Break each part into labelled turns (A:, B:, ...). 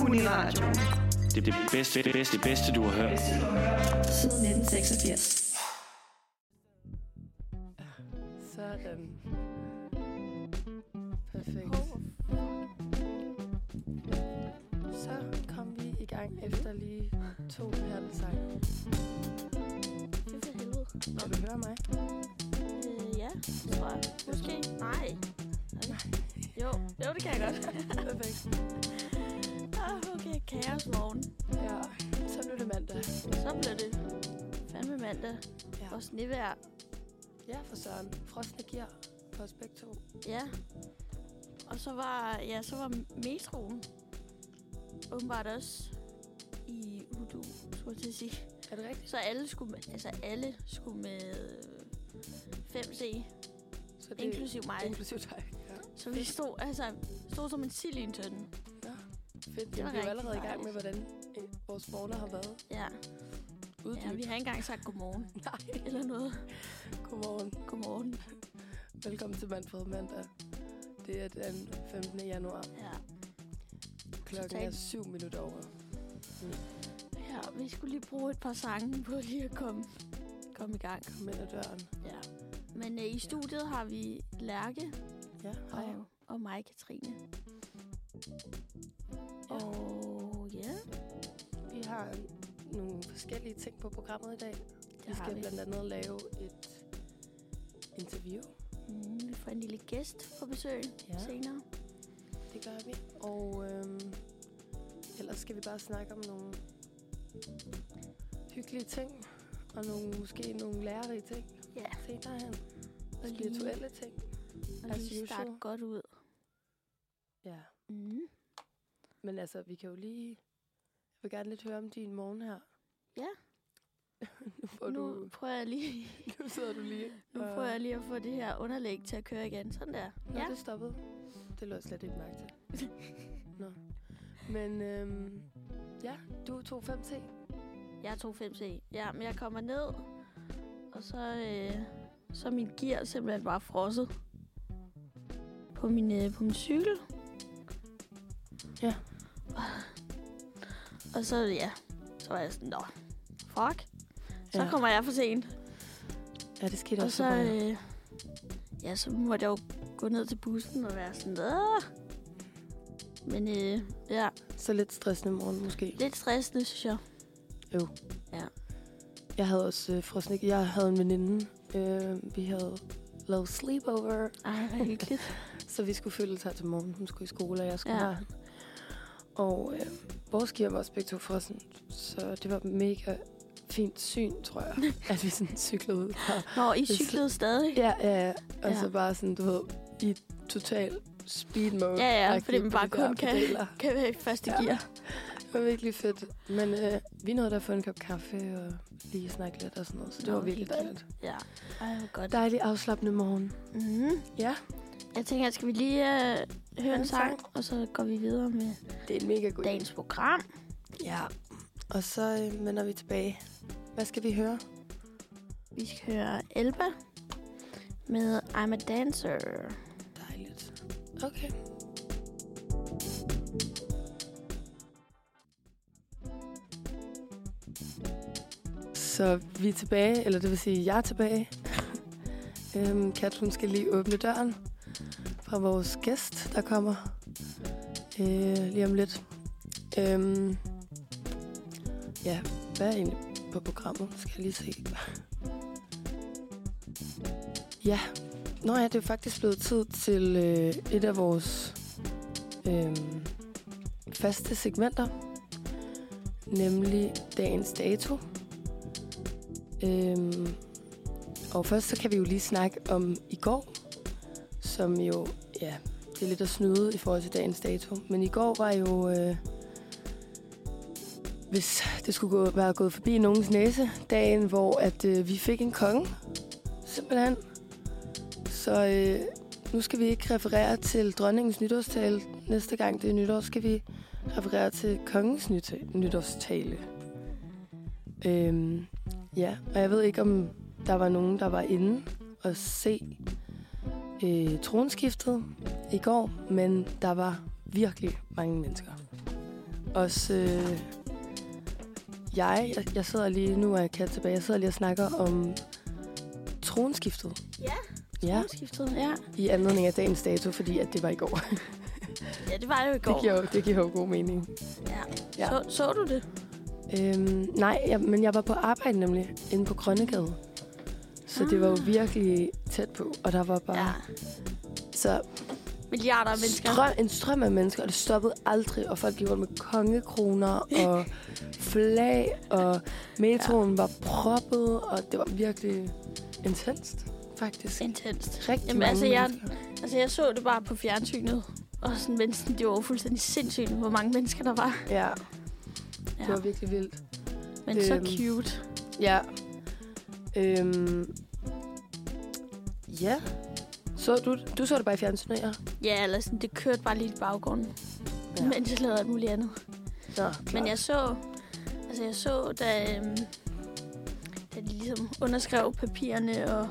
A: Uniradio.
B: Det er det bedste, det bedste, det bedste, du har hørt.
A: Siden 1986.
C: Sådan. Perfekt. Så kom vi i gang efter lige to perlesange.
D: Det for helvede.
C: Kan du høre mig?
D: Øh, ja, det tror jeg. Måske. Nej.
C: Nej.
D: Jo, jo, det kan jeg godt.
C: Perfekt.
D: Ah, okay, kaos morgen.
C: Ja, så blev det mandag.
D: Så blev det fandme mandag.
C: Ja.
D: Og snevejr.
C: Ja, for søren. Frosne gear på os begge to.
D: Ja. Og så var, ja, så var metroen åbenbart også i Udo, skulle jeg til at sige.
C: Er det rigtigt?
D: Så alle skulle med, altså alle skulle med 5C,
C: Så
D: inklusiv mig.
C: Inklusiv dig. Ja.
D: Så vi stod, altså, stod som en sild i en tønde.
C: Fedt. Jamen, vi er jo
D: rigtig
C: allerede i gang med,
D: dejligt.
C: hvordan øh, vores morgener har været.
D: Ja.
C: Uddyb.
D: ja, vi har ikke engang sagt godmorgen
C: Nej,
D: eller noget.
C: godmorgen.
D: Godmorgen.
C: Velkommen til Manfred Mandag. Det er den 15. januar.
D: Ja.
C: Klokken
D: Total.
C: er 7 minutter over.
D: ja, vi skulle lige bruge et par sange på lige at komme, komme i gang.
C: Kom ind ad døren.
D: Ja. Men øh, i studiet har vi Lærke
C: Ja, hej.
D: og, og mig, Katrine. Og ja,
C: Vi har nogle forskellige ting på programmet i dag.
D: det
C: Vi
D: har
C: skal
D: vi.
C: blandt andet lave et interview.
D: Mm, vi får en lille gæst på besøg ja. senere.
C: det gør vi. Og øhm, ellers skal vi bare snakke om nogle hyggelige ting. Og nogle, måske nogle lærerige ting
D: Ja,
C: senere hen. Og
D: lige-
C: spirituelle ting.
D: og
C: As
D: lige starte
C: usual.
D: godt ud.
C: Ja.
D: Mm.
C: Men altså, vi kan jo lige... Jeg vil gerne lidt høre om din morgen her.
D: Ja.
C: nu, får
D: Nu
C: du,
D: prøver jeg lige
C: nu sidder du lige.
D: Nu
C: og-
D: prøver jeg lige at få det her underlæg til at køre igen. Sådan der.
C: Nå, ja. det stoppede. Det lå jeg slet ikke mærke til. Nå. Men øhm, ja, du tog 5T.
D: Jeg tog 5C. Ja, men jeg kommer ned, og så, øh, så er min gear simpelthen bare frosset på min, øh, på min cykel.
C: Ja.
D: Og så, ja, så var jeg sådan, nå, fuck. Så
C: Ja.
D: kommer jeg for sent.
C: Ja, det skete
D: Og så, øh, ja, så måtte jeg jo gå ned til bussen og være sådan, Åh! Men øh, ja,
C: Så lidt stressende morgen måske.
D: lidt stressende, synes jeg.
C: Jeg havde også øh, frosne. Jeg havde en veninde. Øh, vi havde lavet sleepover,
D: Ej, hvor hyggeligt.
C: så vi skulle følge her til morgen. Hun skulle i skole, og jeg skulle
D: Ja.
C: ja. Og øh, vores gear var også begge to frossen, så det var mega fint syn, tror jeg, at vi sådan cyklede ud. Og
D: Nå, I
C: Det er så-
D: cyklede stadig?
C: Ja, ja, ja. Og
D: Ja.
C: så bare sådan, du ved, i total speed mode.
D: Ja, ja,
C: agtigt
D: fordi man
C: på
D: bare
C: de der
D: kun kan,
C: pedaler.
D: kan være i første
C: Ja.
D: gear.
C: Det var virkelig fedt. Men øh, vi nåede da at få en kop kaffe og lige snakke lidt og sådan noget, så det
D: Nå,
C: var virkelig
D: hyggeligt.
C: dejligt.
D: Ja. Ej, hvor godt.
C: Dejlig afslappende morgen.
D: Mm.
C: Ja.
D: Jeg tænker, skal vi lige øh, høre en
C: en sang.
D: sang, og så går vi videre med
C: Det er en mega god
D: dagens program.
C: Ja. Og så øh, vender vi tilbage. Hvad skal vi høre?
D: Vi skal høre Elba med I'm a Dancer.
C: Dejligt. Okay. Så vi er tilbage, eller det vil sige, jeg er tilbage. øhm, Kat, hun skal lige åbne døren fra vores gæst, der kommer øh, lige om lidt. Øhm, ja, hvad er egentlig på programmet? Skal jeg lige se. ja, Nå ja, det er faktisk blevet tid til øh, et af vores øh, faste segmenter, nemlig dagens dato. Øh, og først så kan vi jo lige snakke om i går, som jo, ja, det er lidt at snyde i forhold til dagens dato. Men i går var jo, øh, hvis det skulle gå, være gået forbi nogens næse, dagen hvor at øh, vi fik en konge, simpelthen. Så øh, nu skal vi ikke referere til dronningens nytårstale. Næste gang det er nytår, skal vi referere til kongens nyta- nytårstale. Øhm, ja, og jeg ved ikke, om der var nogen, der var inde og se øh, tronskiftet i går, men der var virkelig mange mennesker. også... Øh, jeg, jeg, jeg sidder lige... Nu er jeg kat tilbage. Jeg sidder lige og snakker om tronskiftet.
D: Ja,
C: Ja,
D: Skiftet, ja.
C: i anledning af dagens dato, fordi at det var i går.
D: Ja, det var jo i går.
C: Det giver, jo- det giver jo god mening.
D: Ja.
C: Ja.
D: Ja. Så, så du det?
C: Øhm, nej, jeg, men jeg var på arbejde nemlig, inde på Grønnegade. Så det var jo virkelig tæt på, og der var bare
D: Ah. Ja.
C: ja. så
D: Milliarder af mennesker.
C: strøm, en strøm af mennesker, og det stoppede aldrig, og folk gik rundt med kongekroner og flag, og metroen ja. var proppet, og det var virkelig intenst, faktisk.
D: Intenst.
C: Rigtig
D: Jamen,
C: mange
D: altså, jeg-
C: mennesker.
D: Altså, jeg så det bare på fjernsynet. Og sådan, men sådan, det var jo fuldstændig sindssygt, hvor mange mennesker der var.
C: Ja, det
D: Ja.
C: var virkelig vildt.
D: Men så
C: Øhm.
D: cute.
C: Ja. Øhm. Ja. Så du, du så det bare i fjernsynet, ja?
D: Ja, eller sådan, det kørte bare lige i baggrunden.
C: Ja.
D: Ja. Mens jeg lavede alt muligt andet.
C: Ja,
D: Men jeg så, altså jeg så, da, øhm, da de ligesom underskrev papirerne, og,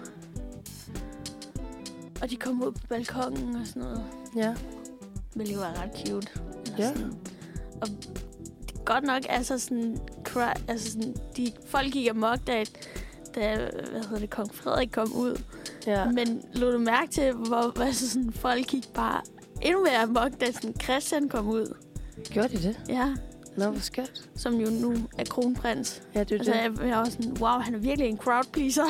D: og de kom ud på balkongen og sådan noget,
C: Ja.
D: hvilket var ret cute. Eller
C: Ja.
D: Sådan. Og det- godt nok, altså sådan, cry, altså sådan de, folk gik amok, da, da hvad hedder det, kong Frederik kom ud.
C: Ja.
D: Men lod du mærke til, hvor altså sådan, folk gik bare endnu mere amok, da sådan Christian kom ud?
C: Gjorde de det?
D: Ja,
C: Nå, hvor skørt.
D: som jo nu er kronprins.
C: Ja, det er
D: Altså,
C: altså, det.
D: jeg, jeg var sådan, wow, han er virkelig en crowd pleaser.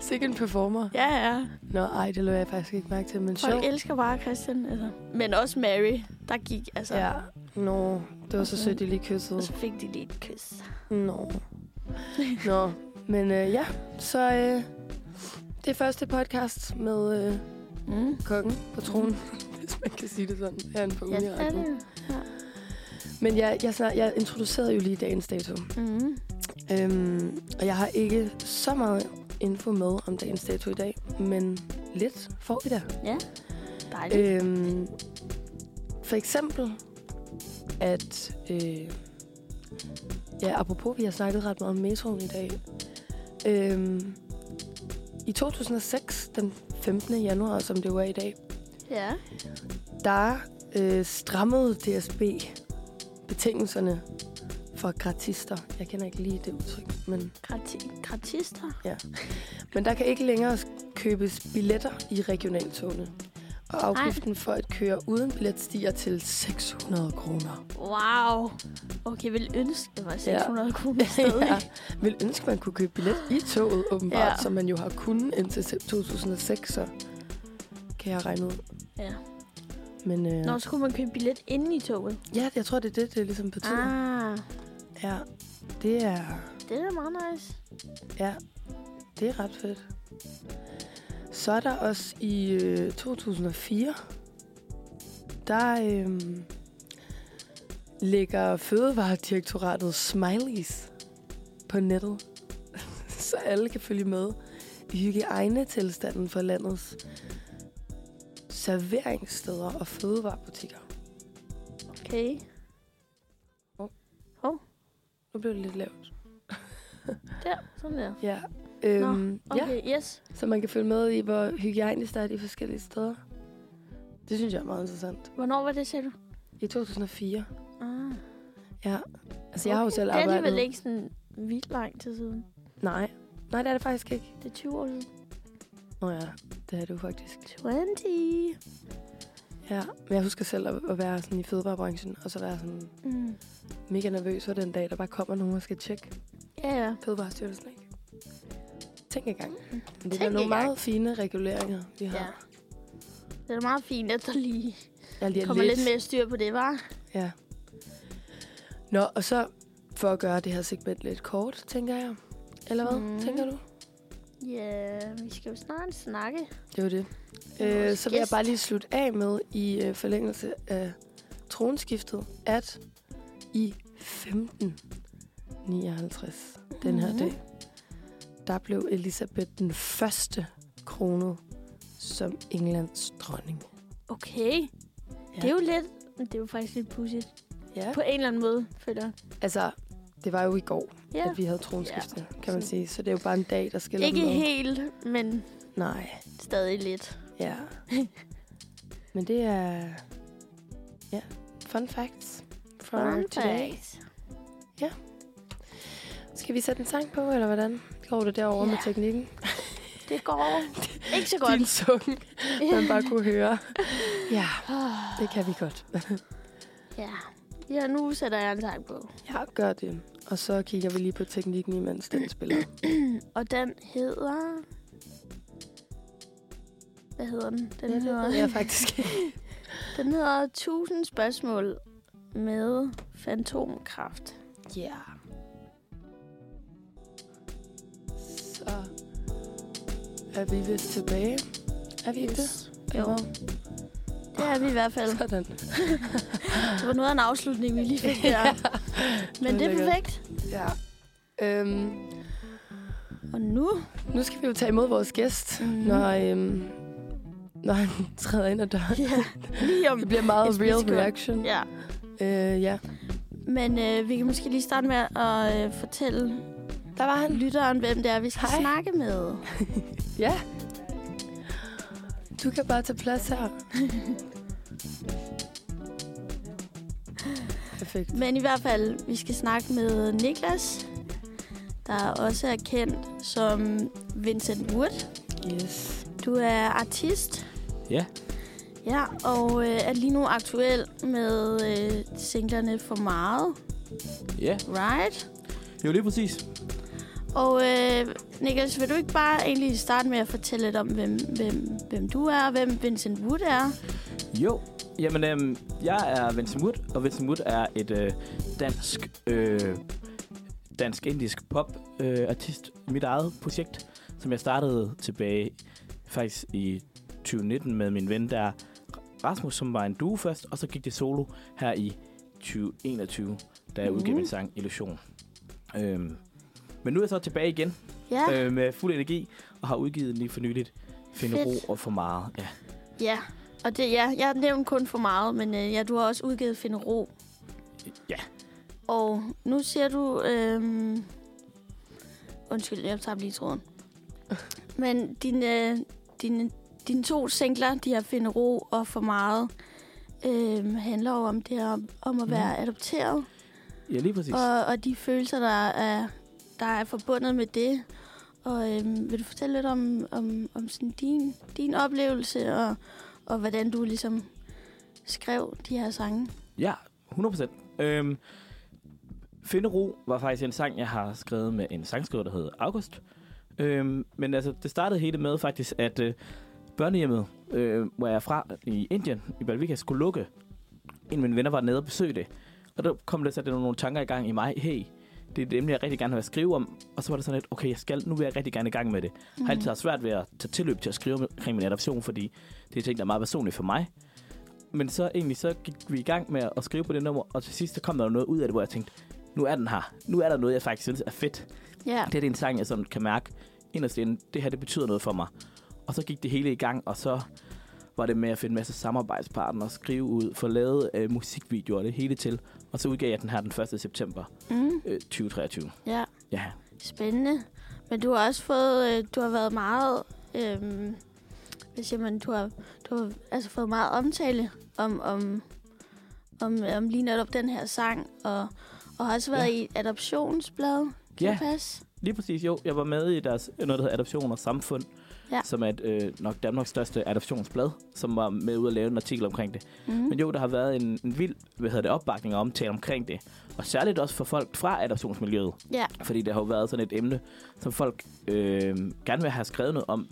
C: Sikke en performer.
D: ja, ja.
C: Nå, ej, det lå jeg faktisk ikke mærke til, men
D: Folk
C: sjovt.
D: Sjov. elsker bare Christian. Altså. Men også Mary, der gik, altså.
C: Ja. Nå, det var så
D: Okay.
C: sødt, de lige
D: Og
C: kyssede.
D: så fik de lige et kys.
C: Nå. Nå, men øh, ja, så øh, det er første podcast med øh,
D: Mm.
C: kongen på tronen, hvis man kan sige det sådan, herinde på
D: Ja, det er
C: Uniradio.
D: det.
C: Men jeg, jeg, snak, jeg introducerede jo lige dagens dato.
D: Mm.
C: Øhm, og jeg har ikke så meget info med om dagens dato i dag, men lidt får vi da.
D: Dejligt. Øh.
C: Øhm, for eksempel, at... Øh, ja, apropos, vi har snakket ret meget om metroen i dag. Øhm, I 2006, den 15. januar, som det var i dag,
D: Ja.
C: der øh, strammede DSB betingelserne for gratister. Jeg kender ikke lige det udtryk, men...
D: Grati- gratister.
C: Men der kan ikke længere købes billetter i regionaltogene. Og afgiften for at køre uden billet stiger til 600 kroner.
D: Wow. Okay, vil ønske, det var 600 ja. kroner stadig.
C: Jeg vil ønske, man kunne købe billet i toget, åbenbart, ja.
D: Ja.
C: som man jo har kunnet indtil se- 2006, så kan jeg regne ud.
D: Ja.
C: Men øh,
D: Nå, så kunne man købe billet inde i toget.
C: ja, jeg tror, det er det, det ligesom betyder. Ah.
D: Ah,
C: Ja, det er...
D: det er da meget nice.
C: Ja, det er ret fedt. Så er der også i øh, 2004, der øh, ligger Fødevaredirektoratet Smileys på nettet, så alle kan følge med i hygiejnetilstanden for landets serveringssteder og fødevarebutikker.
D: Okay.
C: Nu blev det lidt lavt.
D: Der, sådan der.
C: Ja. Øhm, ja.
D: Okay, ja. yes.
C: Så man kan følge med i, hvor hygiejnisk der er de forskellige steder. Det synes jeg er meget interessant.
D: Hvornår var det, sagde du?
C: I 2004.
D: Ah.
C: Ja. Altså, jeg har jo selv
D: Det er
C: arbejdet...
D: alligevel ikke sådan vildt lang tid siden.
C: Nej. Nej, det er det faktisk ikke.
D: Det er 20 år siden.
C: Nå ja, det er det jo faktisk.
D: 20.
C: Ja. Men jeg husker selv at, at være sådan i fødevarebranchen, og så være sådan
D: Mm.
C: mega nervøs for den dag, der bare kommer nogen og skal tjekke
D: Ja, ja.
C: Fødevarestyrelsen, ikke? Tænk engang. Men Det
D: Tænk
C: er nogle
D: engang.
C: meget fine reguleringer, vi har.
D: ja. Det er da meget fint, at der lige
C: Jeg lige er
D: kommer lidt mere styr på det, var.
C: Ja. Nå, og så for at gøre det her segment lidt kort, tænker jeg. Eller hvad, mm.
D: Mm.
C: tænker du?
D: Ja, vi skal jo snart snakke.
C: Det var det.
D: vores
C: Øh, så vil jeg
D: gæst.
C: bare lige slutte af med i øh, forlængelse af tronskiftet, at i 1559, den her
D: Mhm.
C: dag, der blev Elisabeth den første kronet som Englands dronning.
D: Mm. Okay.
C: Ja.
D: Ja. Det er jo lidt... men Det er jo faktisk lidt pudsigt.
C: Ja.
D: På en eller anden måde, føler jeg.
C: Altså, det var jo i går,
D: Ja.
C: at vi havde tronskifte, kan man sige. Så det er jo bare en dag, der skiller
D: Ikke
C: dem ad.
D: helt, men
C: Nej.
D: stadig lidt.
C: Ja. Men det er... Ja, fun facts for
D: Fun
C: today.
D: fact.
C: Skal vi sætte en sang på, eller hvordan går det derovre yeah. med
D: Ja.
C: teknikken?
D: Det går ikke så
C: Din
D: godt.
C: sung, man bare kunne høre. Ja, det kan vi godt.
D: ja. ja, nu sætter jeg en sang på.
C: Ja, gør det. Og så kigger vi lige på teknikken, imens den spiller.
D: Og den hedder... Hvad hedder den? Den hedder,
C: Ja, faktisk.
D: den hedder 1000 spørgsmål med fantomkraft.
C: Ja. Yeah. Så er vi vist tilbage. Er vi ikke det?
D: Jo, det er vi i hvert fald.
C: Sådan.
D: Det var noget af en afslutning, vi lige fik der. Men det er
C: Lækkert.
D: perfekt.
C: Ja. Øhm,
D: Og nu...
C: nu skal vi jo tage imod vores gæst,
D: Mhm.
C: mm-hmm. når, øhm, når han træder ind ad døren.
D: Ja, lige om...
C: Det bliver meget
D: Et
C: real
D: splitsekund.
C: reaction.
D: Ja.
C: Øh, ja.
D: Men øh, vi kan måske lige starte med at øh, fortælle
C: Der var han.
D: lytteren, hvem det er, vi skal
C: Hej.
D: Hej. snakke med.
C: Ja. Du kan bare tage plads her. Perfekt.
D: Men i hvert fald, vi skal snakke med Niklas, der også er kendt som Vincent Wood.
C: Yes.
D: Du er artist.
B: Ja.
D: Ja, og øh, er lige nu aktuel med øh, singlerne For Meget,
E: Ja,
D: right?
E: jo lige præcis.
D: Og øh, Niklas, vil du ikke bare egentlig starte med at fortælle lidt om, hvem, hvem, hvem du er, og hvem Vincent Wood er?
E: Jo, jamen øhm, jeg er Vincent Wood, og Vincent Wood er et øh, dansk, øh, dansk-indisk pop-artist. Øh, artist. Mit eget projekt, som jeg startede tilbage faktisk i 2019 med min ven, der er Rasmus, som var en duo først, og så gik det solo her i 2021, da jeg udgav
D: Mhm.
E: min sang Illusion. Øhm, men nu er jeg så tilbage igen
D: Ja, øh,
E: øh, med fuld energi, og har udgivet lige for nyligt Finde
D: Fedt.
E: ro og for meget. Ja.
D: ja. Og det, ja, jeg har nævnt kun for meget, men øh, ja, du har også udgivet Finde Ro.
E: Ja.
D: Og nu siger du... Øh, undskyld, jeg tager lige tråden. Men dine, øh, dine, dine to singler, de her Finde Ro og For Meget, øh, handler jo om det her, om at være mm. adopteret.
E: Ja, lige præcis.
D: Og, og de følelser, der er, der er forbundet med det. Og øhm, vil du fortælle lidt om, om, om sådan din, din oplevelse, og, og hvordan du ligesom skrev de her sange?
E: Ja, 100%. Øhm, Finde ro var faktisk en sang, jeg har skrevet med en sangskriver, der hedder August. Øhm, men altså, det startede hele med faktisk, at øh, børnehjemmet, øh, hvor jeg er fra i Indien, i Balvika, skulle lukke. En af mine venner var nede og besøgte det. Og der kom der så der nogle tanker i gang i mig. Hey, det er et emne, jeg rigtig gerne vil skrive om. Og så var det sådan lidt, okay, jeg skal, nu vil jeg rigtig gerne i gang med det. Mm. Har altid haft svært ved at tage tilløb til at skrive om- omkring min adoption, fordi det er ting, der er meget personligt for mig. Men så egentlig, så gik vi i gang med at skrive på det nummer, og til sidst så kom der jo noget ud af det, hvor jeg tænkte, nu er den her. Nu er der noget, jeg faktisk synes er fedt.
D: Ja,
E: Det her det er en sang, jeg sådan kan mærke inderst inde, det her det betyder noget for mig. Og så gik det hele i gang, og så var det med at finde en masse samarbejdspartnere, skrive ud, få lavet øh, musikvideoer, det hele til. Og så udgav jeg den her den 1. september
D: mm,
E: øh, 2023.
D: ja.
E: Ja,
D: spændende. Men du har også fået, øh, du har været meget, øhm, hvad siger man, du har, du har altså fået meget omtale om, om, om, om lige netop den her sang, og, og har også været ja. i et adoptionsblad, kan
E: Ja.
D: det passe?
E: lige præcis. Jo, jeg var med i deres, øh, noget, der hedder Adoption og Samfund,
D: Ja.
E: som er et, øh, nok Danmarks største adoptionsblad, som var med ud at lave en artikel omkring det.
D: Mm.
E: Men jo, der har været en, en vild hvad hedder det, opbakning og omtale omkring det. Og særligt også for folk fra adoptionsmiljøet.
D: Ja.
E: Fordi det har jo været sådan et emne, som folk øh, gerne vil have skrevet noget om.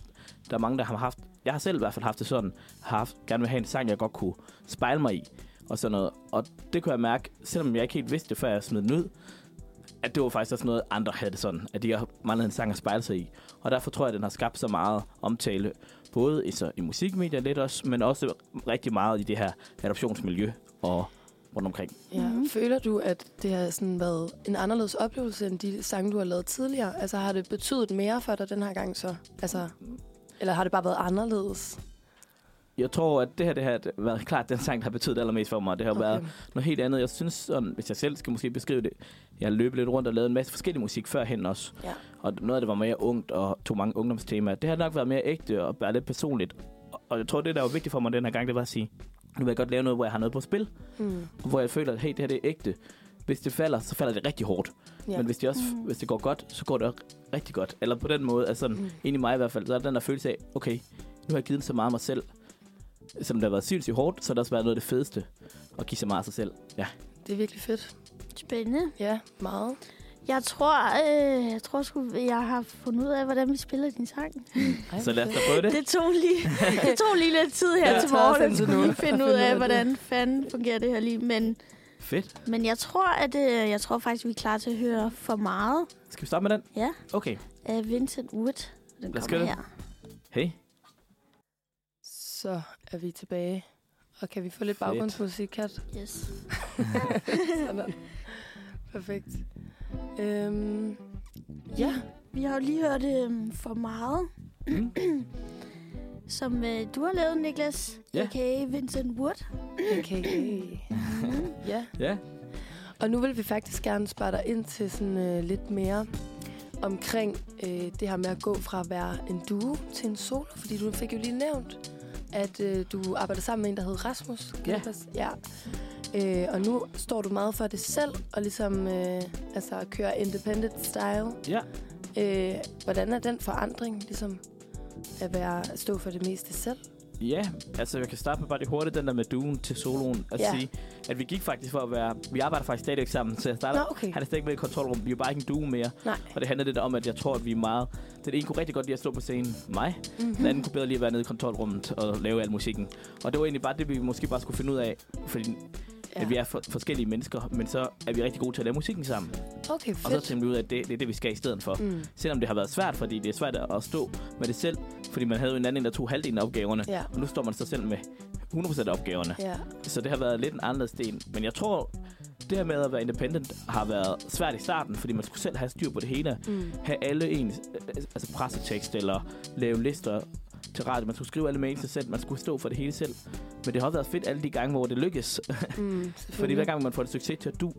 E: Der er mange, der har haft... Jeg har selv i hvert fald haft det sådan. Har haft, gerne vil have en sang, jeg godt kunne spejle mig i. Og sådan noget. Og det kunne jeg mærke, selvom jeg ikke helt vidste det, før jeg smed den ud, at det var faktisk også noget, andre havde det sådan. At de har manglet en sang at spejle sig i. Og derfor tror jeg, at den har skabt så meget omtale. Både i, så, i musikmedier lidt også, men også rigtig meget i det her adoptionsmiljø og rundt omkring.
C: Ja.
D: Mhm.
C: Mm-hmm. Føler du, at det har sådan været en anderledes oplevelse end de sange, du har lavet tidligere? Altså har det betydet mere for dig den her gang så? Altså, eller har det bare været anderledes?
E: Jeg tror, at det her det har været klart den sang, der har betydet allermest for mig. Det har okay. været noget helt andet. Jeg synes sådan, hvis jeg selv skal måske beskrive det, jeg har løbet lidt rundt og lavet en masse forskellig musik førhen også.
C: Ja.
E: Og noget af det var mere ungt og tog mange ungdomstemaer. Det har nok været mere ægte og bare lidt personligt. Og- Og jeg tror, det der var vigtigt for mig den her gang, det var at sige, nu vil jeg godt lave noget, hvor jeg har noget på spil,
C: Mm.
E: og hvor jeg føler, at hey, det her det er ægte. Hvis det falder, så falder det rigtig hårdt. Ja.
C: Ja.
E: Men hvis det, også,
D: Mm.
E: hvis det går godt, så går det rigtig godt. Eller på den måde, altså sådan,
C: Mm.
E: ind i mig i hvert fald, så er der den der følelse af, okay, nu har jeg givet så meget af mig selv. Som det har været sindssygt hårdt, så har det også været noget af det fedeste at give så meget af sig selv. Ja.
C: Det er virkelig fedt.
D: Spændende.
C: Ja, meget.
D: Jeg tror, øh, jeg tror sgu, jeg har fundet ud af, hvordan vi spiller din sang.
C: Ej,
E: Så lad os da prøve det.
D: Det tog lige, det tog lige lidt tid her
C: Ja,
D: til
C: det tager også
D: morgen.
C: indtil
D: Jeg
C: nu
D: lige
C: at
D: finde
C: finde
D: ud
C: ud af
D: af,
C: det.
D: hvordan fanden fungerer det her lige. Men,
E: Fedt.
D: men jeg tror, at øh, jeg tror faktisk, vi er klar til at høre for meget
E: Skal vi starte med den?
D: Ja.
E: Okay.
D: af Vincent Wood. Den
E: Lad os
D: kommer
E: gøre det.
D: her.
E: Hey.
C: Så er vi tilbage. Og kan vi få lidt
E: Fedt.
C: baggrundsmusik, Kat?
D: Yes.
C: Sådan. Perfekt. Øhm, ja,
D: Vi har jo lige hørt øh, for meget,
E: Mm.
D: som øh, du har lavet, Niklas,
E: Ja.
D: a.k.a. Vincent Wood.
C: okay. ja,
E: Ja.
C: Og nu vil vi faktisk gerne spørge dig ind til sådan øh, lidt mere omkring øh, det her med at gå fra at være en duo til en solo, fordi du fik jo lige nævnt, at øh, du arbejder sammen med en, der hedder Rasmus. Kan
E: Ja.
C: det passe? ja. Øh, og nu står du meget for det selv, og ligesom øh, altså kører independent style.
E: Ja.
C: Øh, hvordan er den forandring, ligesom at være, at stå for det meste selv?
E: Ja, altså jeg kan starte med bare det hurtigt, den der med duen til soloen, at
C: Ja.
E: sige, at vi gik faktisk for at være, vi arbejder faktisk stadigvæk sammen, så jeg starter,
C: Nå, okay.
E: han er stadigvæk med i kontrolrummet, vi er jo bare ikke en duo mere,
C: Nej.
E: og det handler lidt om, at jeg tror, at vi er meget, den ene kunne rigtig godt lide at stå på scenen, mig, mm-hmm.
C: Mhm.
E: den anden kunne bedre lide at være nede i kontrolrummet og lave al musikken, og det var egentlig bare det, vi måske bare skulle finde ud af, fordi ja. at vi er for, forskellige mennesker, men så er vi rigtig gode til at lave musikken sammen,
C: Okay,
E: og så
C: fedt.
E: tænkte vi ud af, at det, det er det, vi skal i stedet for.
C: Mm.
E: Selvom det har været svært, fordi det er svært at stå med det selv, fordi man havde jo en anden, der tog halvdelen af opgaverne.
C: Ja.
E: Og nu står man så selv med 100% af opgaverne.
C: Ja,
E: Så det har været lidt en anderledes del. Men jeg tror, det her med at være independent har været svært i starten, fordi man skulle selv have styr på det hele.
C: Mm.
E: Have alle ens øh, altså pressetekst eller lave lister til radio. Man skulle skrive alle mails selv, man skulle stå for det hele selv. Men det har også været fedt alle de gange, hvor det lykkes.
C: mm,
E: fordi hver
C: selvfølgelig.
E: gang man får et succes til at du,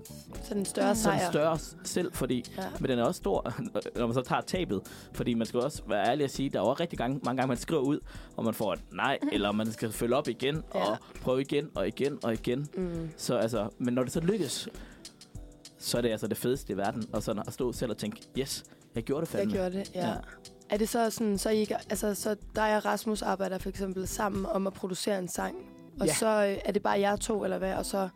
C: Så den større
E: så
C: sejr.
E: er Mm. den større selv, fordi
C: Ja.
E: men den er også stor, når man så tager tabet. Fordi man skal også være ærlig at sige, der er jo rigtig gange, mange gange, man skriver ud, og man får et nej, eller man skal følge op igen,
C: Ja.
E: og prøve igen, og igen, og igen.
C: Mm.
E: Så altså, men når det så lykkes, så er det altså det fedeste i verden, og sådan at stå selv og tænke, yes, jeg gjorde det
C: Jeg
E: fandme.
C: gjorde det, ja.
E: Ja.
C: ja. Er det så sådan, så, I, ikke- altså, så dig og Rasmus arbejder for eksempel sammen om at producere en sang, og
E: Ja.
C: ja. så øh, er det bare jer to, eller hvad? Og så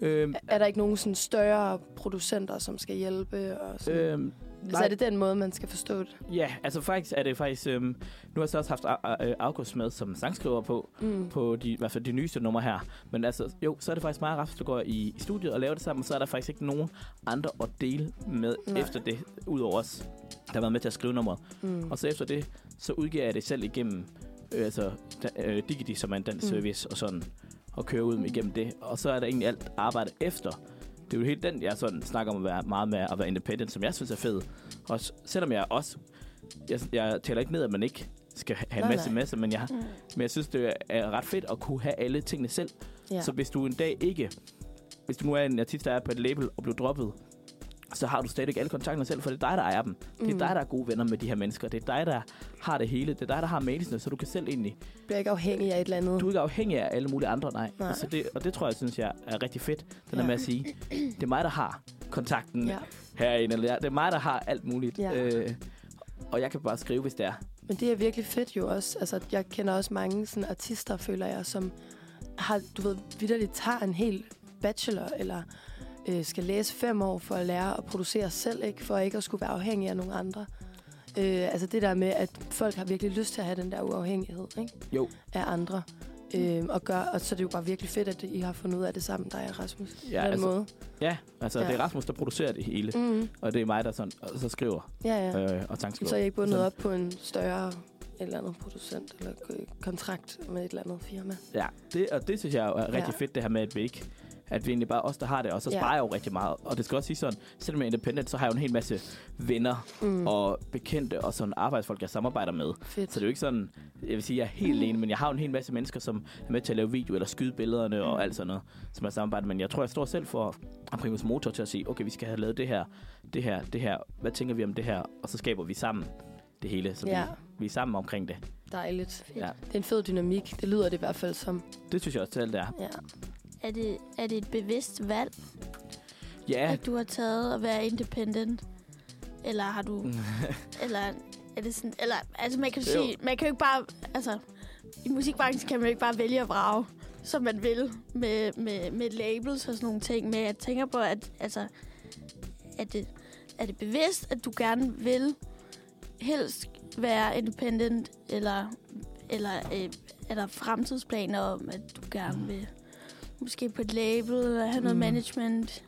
E: Øhm,
C: er der ikke nogen sådan større producenter, som skal hjælpe? Og sådan. Øh,
E: øhm,
C: så er det den måde, man skal forstå det?
E: Ja, altså faktisk er det faktisk... Øhm, nu har jeg så også haft A- A- øh, August med som sangskriver på, mm. på de, i hvert fald de nyeste numre her. Men altså, jo, så er det faktisk mig og Rasmus, der går i, i studiet og laver det sammen, og så er der faktisk ikke nogen andre at dele med Nej.
C: Nej.
E: efter det, udover os, der har været med til at skrive nummeret. Mm. Og så efter det, så udgiver jeg det selv igennem øh, altså, da, øh, Digidi, som er en dansk mm. service og sådan, og kører ud mm. igennem det. Og så er der egentlig alt arbejde efter. Det er jo helt den, jeg sådan snakker om at være meget med at være independent, som jeg synes er fed. Og s- selvom jeg også jeg, jeg taler ikke ned, at man ikke skal ha- have en
C: Nej,
E: masse
C: nej. Mm.
E: masse, men jeg, men jeg synes, det er ret fedt at kunne have alle tingene selv.
C: Ja.
E: Så hvis du en dag ikke, hvis du nu er en artist, der er på et label og bliver droppet, så har du stadig alle kontakterne selv, for det er dig, der ejer dem.
C: Mm.
E: Det er dig, der er gode venner med de her mennesker. Det er dig, der har det hele. Det er dig, der har mailsene, så du kan selv egentlig...
C: Du bliver ikke afhængig af et eller andet?
E: Du er ikke afhængig af alle mulige andre, nej.
C: Nej.
E: Så det, og det tror jeg, synes jeg er rigtig fedt. Den der
C: Ja.
E: med at sige, det er mig, der har kontakten
C: Ja.
E: herinde. Eller det er mig, der har alt muligt.
C: Ja.
E: Øh, og jeg kan bare skrive, hvis det er.
C: Men det er virkelig fedt jo også. Altså, jeg kender også mange sådan, artister, føler jeg, som har, du ved, vidderligt tager en hel bachelor, eller øh, skal læse fem år for at lære at producere selv, ikke? for ikke at skulle være afhængig af nogen andre. Øh, altså det der med, at folk har virkelig lyst til at have den der uafhængighed ikke?
E: Jo,
C: af andre.
E: Mm.
C: Øh, og, gør, og så er det jo bare virkelig fedt, at I har fundet ud af det sammen, dig og Rasmus.
E: Ja,
C: på den
E: altså-
C: måde.
E: ja. Altså, ja.
C: Ja.
E: det er Rasmus, der producerer det hele.
C: Mm,
E: Og det er mig, der sådan, og så skriver
C: ja, ja. Øh,
E: øh, og tankskriver.
C: så er I ikke bundet
E: Sådan.
C: op på en større et eller andet producent eller øh, kontrakt med et eller andet firma.
E: Ja, det, og det synes jeg jo er rigtig
C: Ja.
E: fedt, det her med, at vi ikke at vi egentlig bare er os, der har det, og så
C: Ja.
E: sparer jeg jo rigtig meget. Og det skal også sige sådan, selvom jeg er independent, så har jeg jo en hel masse venner mm. og bekendte og sådan arbejdsfolk, jeg samarbejder med.
C: Fedt.
E: Så det er jo ikke sådan, jeg vil sige, jeg er helt alene, men jeg har jo en hel masse mennesker, som er med til at lave video eller skyde billederne
C: Mm.
E: og alt sådan noget, som jeg samarbejder med. Men jeg tror, jeg står selv for at primus motor til at sige, okay, vi skal have lavet det her, det her, det her, hvad tænker vi om det her, og så skaber vi sammen det hele, så
C: Ja.
E: ja. vi, vi er sammen omkring det.
C: Dejligt.
E: Ja.
C: Det er en fed dynamik. Det lyder det i hvert fald som.
E: Det synes jeg også selv, det er.
C: Ja.
D: Er det, er det et bevidst valg,
E: Ja,
D: at du har taget at være independent? Eller har du... eller er det sådan... Eller, altså, man kan jo
E: Jo.
D: sige... Man kan jo ikke bare... Altså, i musikbranchen kan man jo ikke bare vælge at vrage, som man vil, med, med, med labels og sådan nogle ting. Men jeg tænker på, at... Altså, er det, er det bevidst, at du gerne vil helst være independent, eller, eller øh, er der fremtidsplaner om, at du gerne vil måske på et label, eller have noget
E: Mm.
D: management?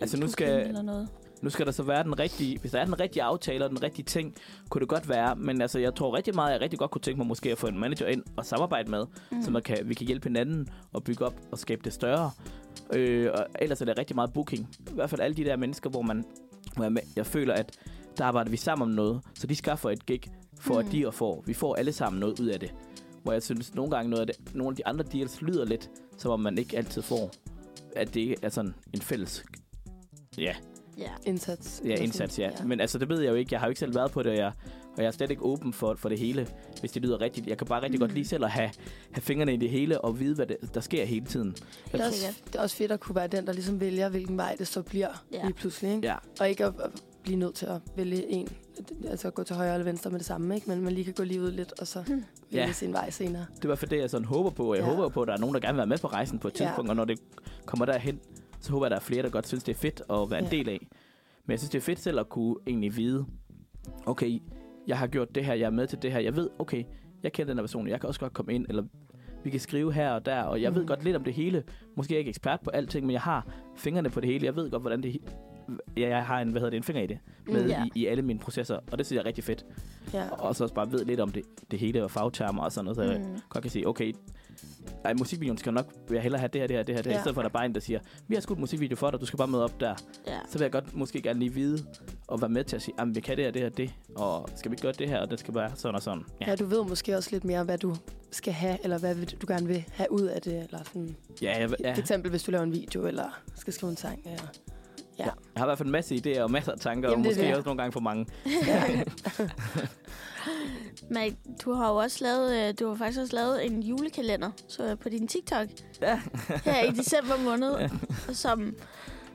E: Altså, nu
D: booking
E: skal-
D: Eller noget.
E: nu skal der så være den rigtige... Hvis der er den rigtige aftale og den rigtige ting, kunne det godt være. Men altså, jeg tror rigtig meget, at jeg rigtig godt kunne tænke mig måske at få en manager ind og samarbejde med, mm. så man kan, vi kan hjælpe hinanden og bygge op og skabe det større. Øh, og ellers er det rigtig meget booking. I hvert fald alle de der mennesker, hvor man... Hvor jeg, jeg føler, at der arbejder vi sammen om noget, så de skaffer et gig, for mm. at de og får. Vi får alle sammen noget ud af det. Hvor jeg synes, nogle gange noget af det, nogle af de andre deals lyder lidt, som om man ikke altid får. At det ikke er sådan en fælles... Ja,
D: Ja.
C: Indsats.
E: Ja, indsats, ja. ja. Men altså, det ved jeg jo ikke. Jeg har jo ikke selv været på det, og jeg, og jeg er slet ikke åben for, for det hele, hvis det lyder rigtigt. Jeg kan bare rigtig mm. godt lide selv at have, have fingrene i det hele og vide, hvad det, der sker hele tiden. Altså,
C: Det er, også,
D: Sikkert.
C: det er også fedt at kunne være den, der ligesom vælger, hvilken vej det så bliver
D: Ja.
C: ja. lige pludselig. Ikke?
E: Ja,
C: Og ikke at, at blive nødt til at vælge en, altså gå til højre eller venstre med det samme, ikke? men man lige kan gå lige ud lidt, og så vælge
E: Ja.
C: ja. sin vej senere.
E: det var for det, jeg sådan håber på. Jeg ja.
C: Ja.
E: håber jo på, at der er nogen, der gerne vil være med på rejsen på et
C: Ja.
E: tidspunkt, og når det kommer derhen, så håber jeg, at der er flere, der godt synes, det er fedt at være en
C: Ja.
E: del af. Men jeg synes, det er fedt selv at kunne egentlig vide, okay, jeg har gjort det her, jeg er med til det her, jeg ved, okay, jeg kender den her person, jeg kan også godt komme ind, eller vi kan skrive her og der, og jeg ved
C: Mhm.
E: godt lidt om det hele. Måske er jeg ikke ekspert på alting, men jeg har fingrene på det hele. Jeg ved godt, hvordan det... he- Ja, jeg har en, hvad hedder det, en finger i det, med
D: Mm,
E: mm,
D: ja.
E: i, i alle mine processer, og det synes jeg er rigtig fedt.
C: Ja.
E: Og så også bare ved lidt om det, det hele, og fagtermer og sådan noget, så jeg
D: Mm.
E: godt kan sige, okay, ej, musikvideoen skal nok, vil jeg hellere have det her, det her, det her, det her, ja.
C: Ja.
E: i stedet for, at der bare er en, der siger, vi har skudt en musikvideo for dig, du skal bare møde op der.
D: ja.
E: Så vil jeg godt måske gerne lige vide, og være med til at sige, jamen, vi kan det her, det her, det, og skal vi ikke gøre det her, og det skal være sådan og sådan. Ja,
C: ja, du ved måske også lidt mere, hvad du skal have, eller hvad vil- du gerne vil have ud af det. Eller sådan.
E: ja, jeg,
C: Ja.
E: ja.
C: For eksempel, hvis du laver en video, eller skal skrive en sang. Eller. Ja.
E: jeg har i hvert fald en masse idéer og masser af tanker,
C: Jamen,
E: Jamen,
C: det
E: og
C: er
E: måske
C: det.
E: også nogle gange for mange.
D: Men du har jo også lavet, øh, du har faktisk også lavet en julekalender så jeg på din TikTok
E: Ja.
D: her i december måned, som,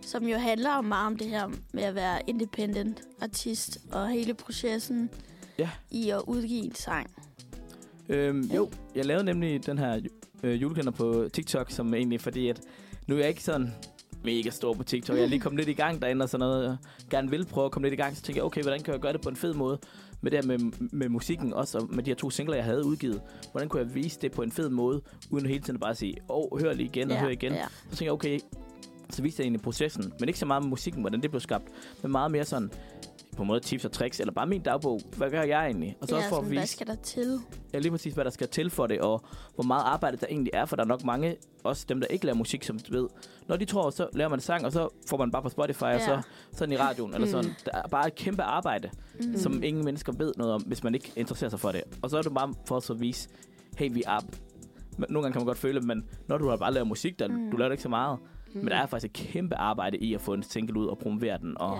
D: som jo handler om meget om det her med at være independent artist og hele processen
E: Ja.
D: i at udgive en sang.
E: Øhm, jo, jeg lavede nemlig den her øh, julekalender på TikTok, som egentlig fordi, at nu er jeg ikke sådan mega stor på TikTok. Jeg er lige kommet lidt i gang derinde og sådan noget. Jeg gerne vil prøve at komme lidt i gang, så tænkte jeg, okay, hvordan kan jeg gøre det på en fed måde? Med det her med, med musikken også, og med de her to singler, jeg havde udgivet. Hvordan kunne jeg vise det på en fed måde, uden hele tiden bare at sige, åh, oh, hør lige igen og hør igen.
D: Ja.
E: Så tænkte jeg, okay, så viste jeg egentlig processen, men ikke så meget med musikken, hvordan det blev skabt, men meget mere sådan, på en måde tips og tricks, eller bare min dagbog, hvad gør jeg egentlig? Og så
D: ja,
E: også for
D: sådan,
E: at
D: hvad
E: vise,
D: skal der til?
E: ja, lige præcis, hvad der skal til for det, og hvor meget arbejde der egentlig er, for der er nok mange, også dem, der ikke laver musik, som ved, når de tror, så laver man en sang, og så får man den bare på Spotify, ja. og
D: Ja.
E: så sådan i radioen, eller sådan. Der er bare et kæmpe arbejde, mm. som ingen mennesker ved noget om, hvis man ikke interesserer sig for det. Og så er det bare for os at vise, hey, vi er up. Men Nogle gange kan man godt føle, men når du har bare lavet musik, der, mm. du laver det ikke så meget. Mm. Men der er faktisk et kæmpe arbejde i at få en single ud og promovere den, og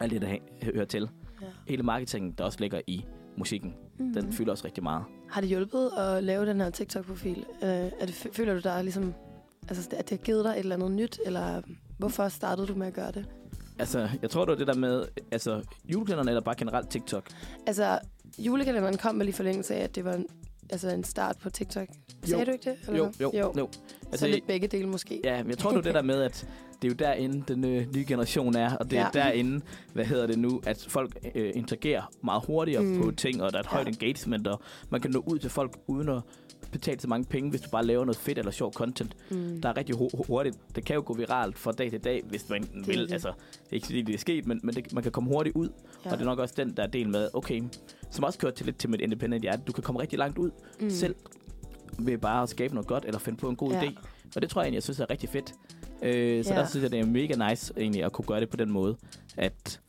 D: Ja.
E: alt det, der hæ- hører til.
C: Ja.
E: Hele marketingen, der også ligger i musikken, mm. den fylder også rigtig meget.
C: Har det hjulpet at lave den her TikTok-profil? Øh, er det, føler du dig ligesom, altså, at det har givet dig et eller andet nyt, eller hvorfor startede du med at gøre det?
E: Altså, jeg tror, det var det der med altså, julekalenderen eller bare generelt TikTok.
C: Altså, julekalenderen kom vel i forlængelse af, at det var en, altså en start på TikTok. Sagde du ikke det? Eller
E: Jo,
C: hvad?
E: jo, jo. jo.
C: Altså, så lidt begge dele måske.
E: Ja, men jeg tror, det var det der med, at det er jo derinde, den øh, nye generation er, og det er
C: Ja.
E: derinde, hvad hedder det nu, at folk øh, interagerer meget hurtigere mm.
C: Mm.
E: på ting, og der er et højt
C: Ja.
E: engagement, og man kan nå ud til folk uden at betale så mange penge, hvis du bare laver noget fedt eller sjov content. Mm. Der er rigtig hu- hu- hurtigt. Det kan jo gå viralt fra dag til dag, hvis man det vil.
C: det.
E: Altså, det er ikke fordi, det er sket, men, men det, man kan komme hurtigt ud, ja.
C: Ja.
E: og det er nok også den, der er del med, okay, som også kører til lidt til mit independent hjerte, du kan komme rigtig langt ud mm. selv ved bare at skabe noget godt, eller finde på en god ja.
C: Ja.
E: idé. Og det tror jeg egentlig, jeg synes er rigtig fedt. Øh, så ja.
C: Ja.
E: der synes jeg, det er mega nice egentlig at kunne gøre det på den måde, at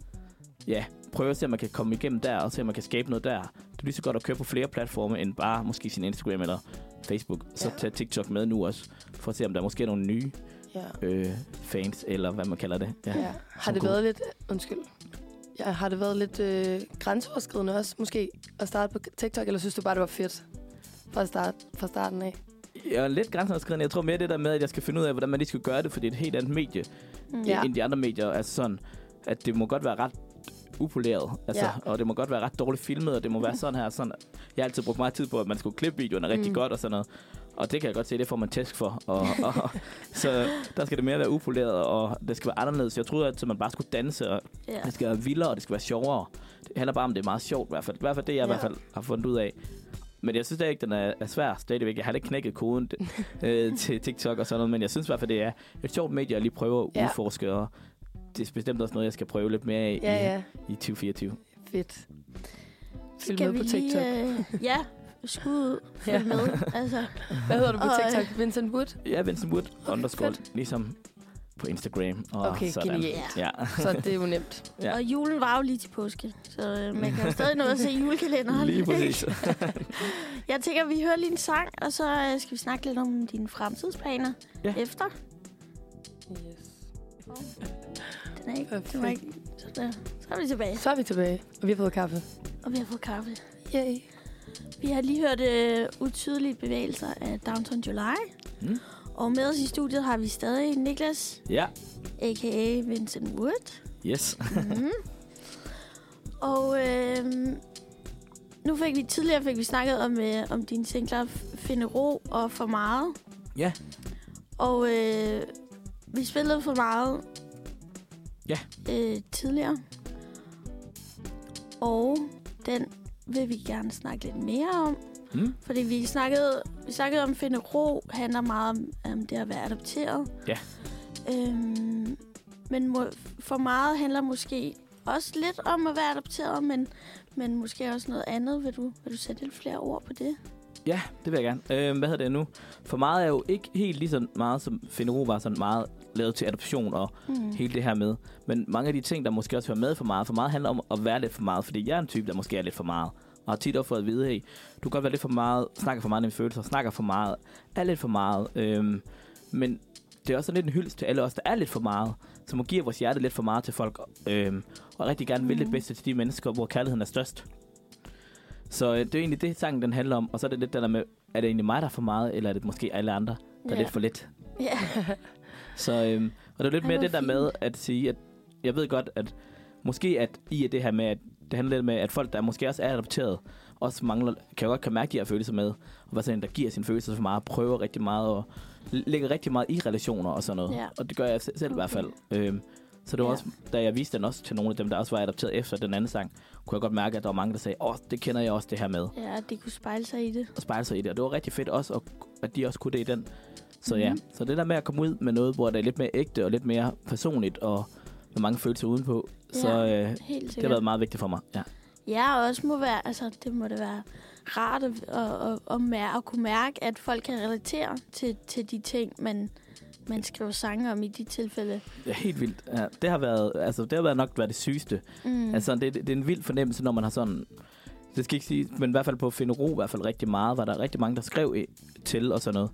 E: ja, prøve at se, om man kan komme igennem der, og se, om man kan skabe noget der. Det er lige så godt at køre på flere platforme, end bare måske sin Instagram eller Facebook. Så ja.
C: Ja.
E: tag TikTok med nu også, for at se, om der er måske er nogle nye
C: Ja.
E: øh, fans, eller hvad man kalder det. Ja.
C: ja. Har
E: Som
C: det
E: god.
C: været lidt... Undskyld. ja, har det været lidt øh, grænseoverskridende også, måske, at starte på TikTok, eller synes du bare, det var fedt fra, start, fra starten af?
E: Jeg er lidt grænseoverskridende. Jeg tror mere det der med, at jeg skal finde ud af, hvordan man lige skal gøre det, for det er et helt andet medie
D: Mm.
E: ja. end de andre medier. Altså sådan, at det må godt være ret upoleret, altså,
C: Ja.
E: ja. og det må godt være ret dårligt filmet, og det må være sådan her. Sådan. Jeg har altid brugt meget tid på, at man skulle klippe videoerne rigtig
C: Mm.
E: godt og sådan noget. Og det kan jeg godt se, det får man tæsk for. Og, og, så der skal det mere være upoleret, og det skal være anderledes. Jeg troede, at man bare skulle danse, og
D: Ja.
E: det skal være vildere, og det skal være sjovere. Det handler bare om, at det er meget sjovt i hvert fald. I hvert fald det, jeg ja.
C: Ja.
E: i hvert fald har fundet ud af. Men jeg synes da ikke, den er, er svær stadigvæk. Jeg har da ikke knækket koden øh, til TikTok og sådan noget, men jeg synes i hvert fald, det er et sjovt medie at lige prøve at
C: Ja.
E: ja. udforske, og det er bestemt også noget, jeg skal prøve lidt mere af
C: Ja,
E: i,
C: ja.
E: i 2024.
C: Fedt. Følg e- med på TikTok. Lige,
D: øh, ja, skud ud. Følg
C: Ja.
D: ja. med. Altså,
C: Hvad hedder du på
D: og, øh,
C: TikTok? Vincent Wood?
E: Ja, Vincent Wood underscore,
C: fedt.
E: ligesom på Instagram. Og
C: Okay,
E: sådan.
C: genialt.
E: Ja.
C: Så det er jo nemt.
E: Ja.
D: ja. Og julen var jo lige til påske, så øh, man kan jo stadig nå at se julekalenderen.
E: Lige præcis.
D: Jeg tænker, vi hører lige en sang, og så øh, skal vi snakke lidt om dine fremtidsplaner
E: Ja.
D: ja. efter.
C: Yes.
D: Den er ikke, den var
C: Perfekt.
D: ikke. Så, der. så er vi tilbage,
C: Så er vi tilbage, og vi har fået kaffe.
D: og vi har fået kaffe.
C: Yay.
D: Vi har lige hørt øh, utydelige bevægelser af Downton July.
E: Mm.
D: Mm. Og med os i studiet har vi stadig Niklas,
E: ja,
D: a.k.a. Vincent Wood.
E: yes.
D: Mm-hmm. Og øh, nu fik vi tidligere fik vi snakket om, øh, om dine singler F- Finde Ro og For Meget.
E: Ja.
D: Og øh, vi spillede For Meget
E: Ja.
D: øh, tidligere. Og den vil vi gerne snakke lidt mere om.
E: Mm.
D: Fordi vi snakkede, vi snakkede om at finde ro, handler meget om, om det at være adopteret.
E: Ja.
D: Øhm, men må, for meget handler måske også lidt om at være adopteret, men, men måske også noget andet. Vil du, vil du sætte lidt flere ord på det?
E: Ja, det vil jeg gerne. Øh, hvad hedder det nu? For meget er jo ikke helt lige så meget, som Fenero var sådan meget lavet til adoption og mm. hele det her med. Men mange af de ting, der måske også hører med for meget, for meget handler om at være lidt for meget. Fordi jeg er en type, der måske er lidt for meget. Og har tit også fået at vide, hey, du kan godt være lidt for meget, snakker for meget om dine følelser, snakker for meget, er lidt for meget. Øhm, men det er også sådan lidt en hyldest til alle os, der er lidt for meget, som må give vores hjerte lidt for meget til folk, øhm, og rigtig gerne vil det bedste til de mennesker, hvor kærligheden er størst. Så øh, det er egentlig det, sangen den handler om. Og så er det lidt den der med, er det egentlig mig, der er for meget, eller er det måske alle andre, der er
D: Ja.
E: lidt for lidt?
D: Ja.
E: Så, øhm, og det er lidt
D: Ej,
E: mere
D: hvor
E: det der
D: fint.
E: med at sige, at jeg ved godt, at måske at I er det her med, at det handler lidt med, at folk, der måske også er adopteret, også mangler, kan jo godt kan mærke de her følelser med, og være sådan en, der giver sine følelser for meget, prøver rigtig meget, og l- lægger rigtig meget i relationer og sådan noget.
D: Ja.
E: Og det gør jeg selv, selv i hvert
D: Okay.
E: fald. Øhm, så det
D: Ja.
E: var ja. også, da jeg viste den også til nogle af dem, der også var adopteret efter den anden sang, kunne jeg godt mærke, at der var mange, der sagde, åh, det kender jeg også det her med
D: Ja, at de kunne spejle sig i det.
E: og spejle sig i det. Og det var rigtig fedt også, og, at de også kunne det i den. Så ja,
D: Mhm.
E: så det der med at komme ud med noget, hvor det er lidt mere ægte og lidt mere personligt, og med mange følelser udenpå, ja. så øh,
D: Ja,
E: det
D: Helt
E: har
D: sikkert.
E: været meget vigtigt for mig. Ja,
D: Ja, og også må være, altså, det må det være rart at, at, at, at, mær- at kunne mærke, at folk kan relatere til, til de ting, man, man skriver sange om i de tilfælde.
E: ja helt vildt. Ja, det, har været, altså, det har været nok været det sygeste.
D: Mhm.
E: Mm. Altså, det, det, er en vild fornemmelse, når man har sådan... Det skal ikke sige, men i hvert fald på Finde Ro, i hvert fald rigtig meget, var der rigtig mange, der skrev i- til og sådan noget.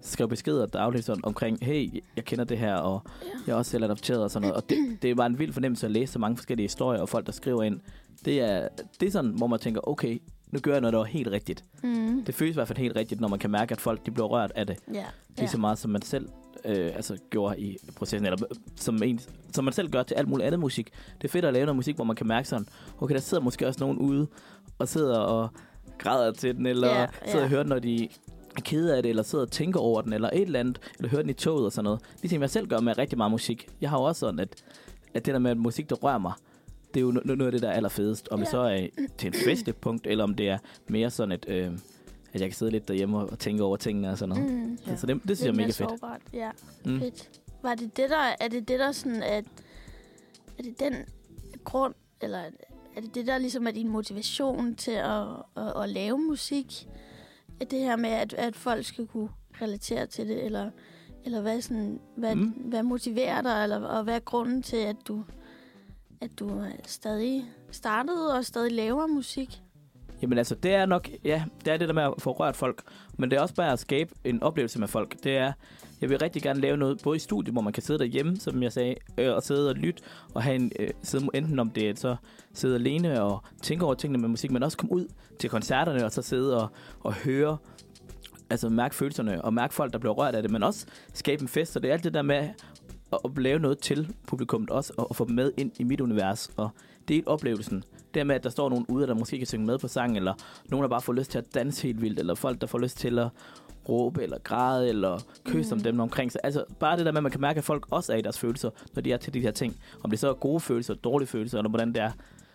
E: Skrev beskeder dagligt sådan omkring, hey, jeg kender det her, og Jeg er også selv adopteret og sådan noget. Og det, det var en vild fornemmelse at læse så mange forskellige historier og folk, der skriver ind. Det er, det er sådan, hvor man tænker, okay, nu gør jeg noget, der var helt rigtigt.
D: Mm.
E: Det føles i hvert fald helt rigtigt, når man kan mærke, at folk de bliver rørt af det.
D: Ja.
E: Lige så meget, som man selv øh, altså, gjorde i processen. Eller øh, som, en, som man selv gør til alt muligt andet musik. Det er fedt at lave noget musik, hvor man kan mærke sådan, okay, der sidder måske også nogen ude og sidder og græder til den, eller
D: Ja,
E: yeah,
D: ja.
E: sidder og hører den, når de er kede af det, eller sidder og tænker over den, eller et eller andet, eller hører den i toget og sådan noget. Ligesom jeg selv gør med rigtig meget musik. Jeg har jo også sådan, at, at det der med at musik, der rører mig, det er jo no- no- noget af det, der er allerfedest. Om det så er til en festlig punkt, eller om det er mere sådan, at, øh, at jeg kan sidde lidt derhjemme og og tænke over tingene og sådan noget.
D: Mm.
E: Ja. Så det, det synes jeg er mega
D: mere
E: fedt.
D: Sårbart. Ja,
E: Mm.
D: mm. fedt. Var det det der, er det det der sådan, at er det den grund, eller er det det der ligesom er din motivation til at, at, at lave musik? Er det her med, at, at folk skal kunne relatere til det, eller, eller hvad, sådan, hvad,
E: Mm.
D: mm. hvad motiverer dig, eller, og hvad er grunden til, at du, at du øh, stadig startede og stadig laver musik?
E: Jamen altså, det er nok, ja, det er det der med at få rørt folk, men det er også bare at skabe en oplevelse med folk. Det er, jeg vil rigtig gerne lave noget, både i studiet, hvor man kan sidde derhjemme, som jeg sagde, øh, og sidde og lytte, og have en, øh, sidde, enten om det er så sidde alene og tænke over tingene med musik, men også komme ud til koncerterne, og så sidde og, og høre, altså mærke følelserne, og mærke folk, der bliver rørt af det, men også skabe en fest, og det er alt det der med at, at lave noget til publikummet også, og, og få dem med ind i mit univers, og dele oplevelsen. Det med, at der står nogen ude, der måske kan synge med på sangen, eller nogen, der bare får lyst til at danse helt vildt, eller folk, der får lyst til at råbe, eller græde, eller kysse mm. om dem omkring sig. Altså bare det der med, at man kan mærke, at folk også er i deres følelser, når de er til de her ting. Om det så er gode følelser, dårlige følelser, eller hvordan det er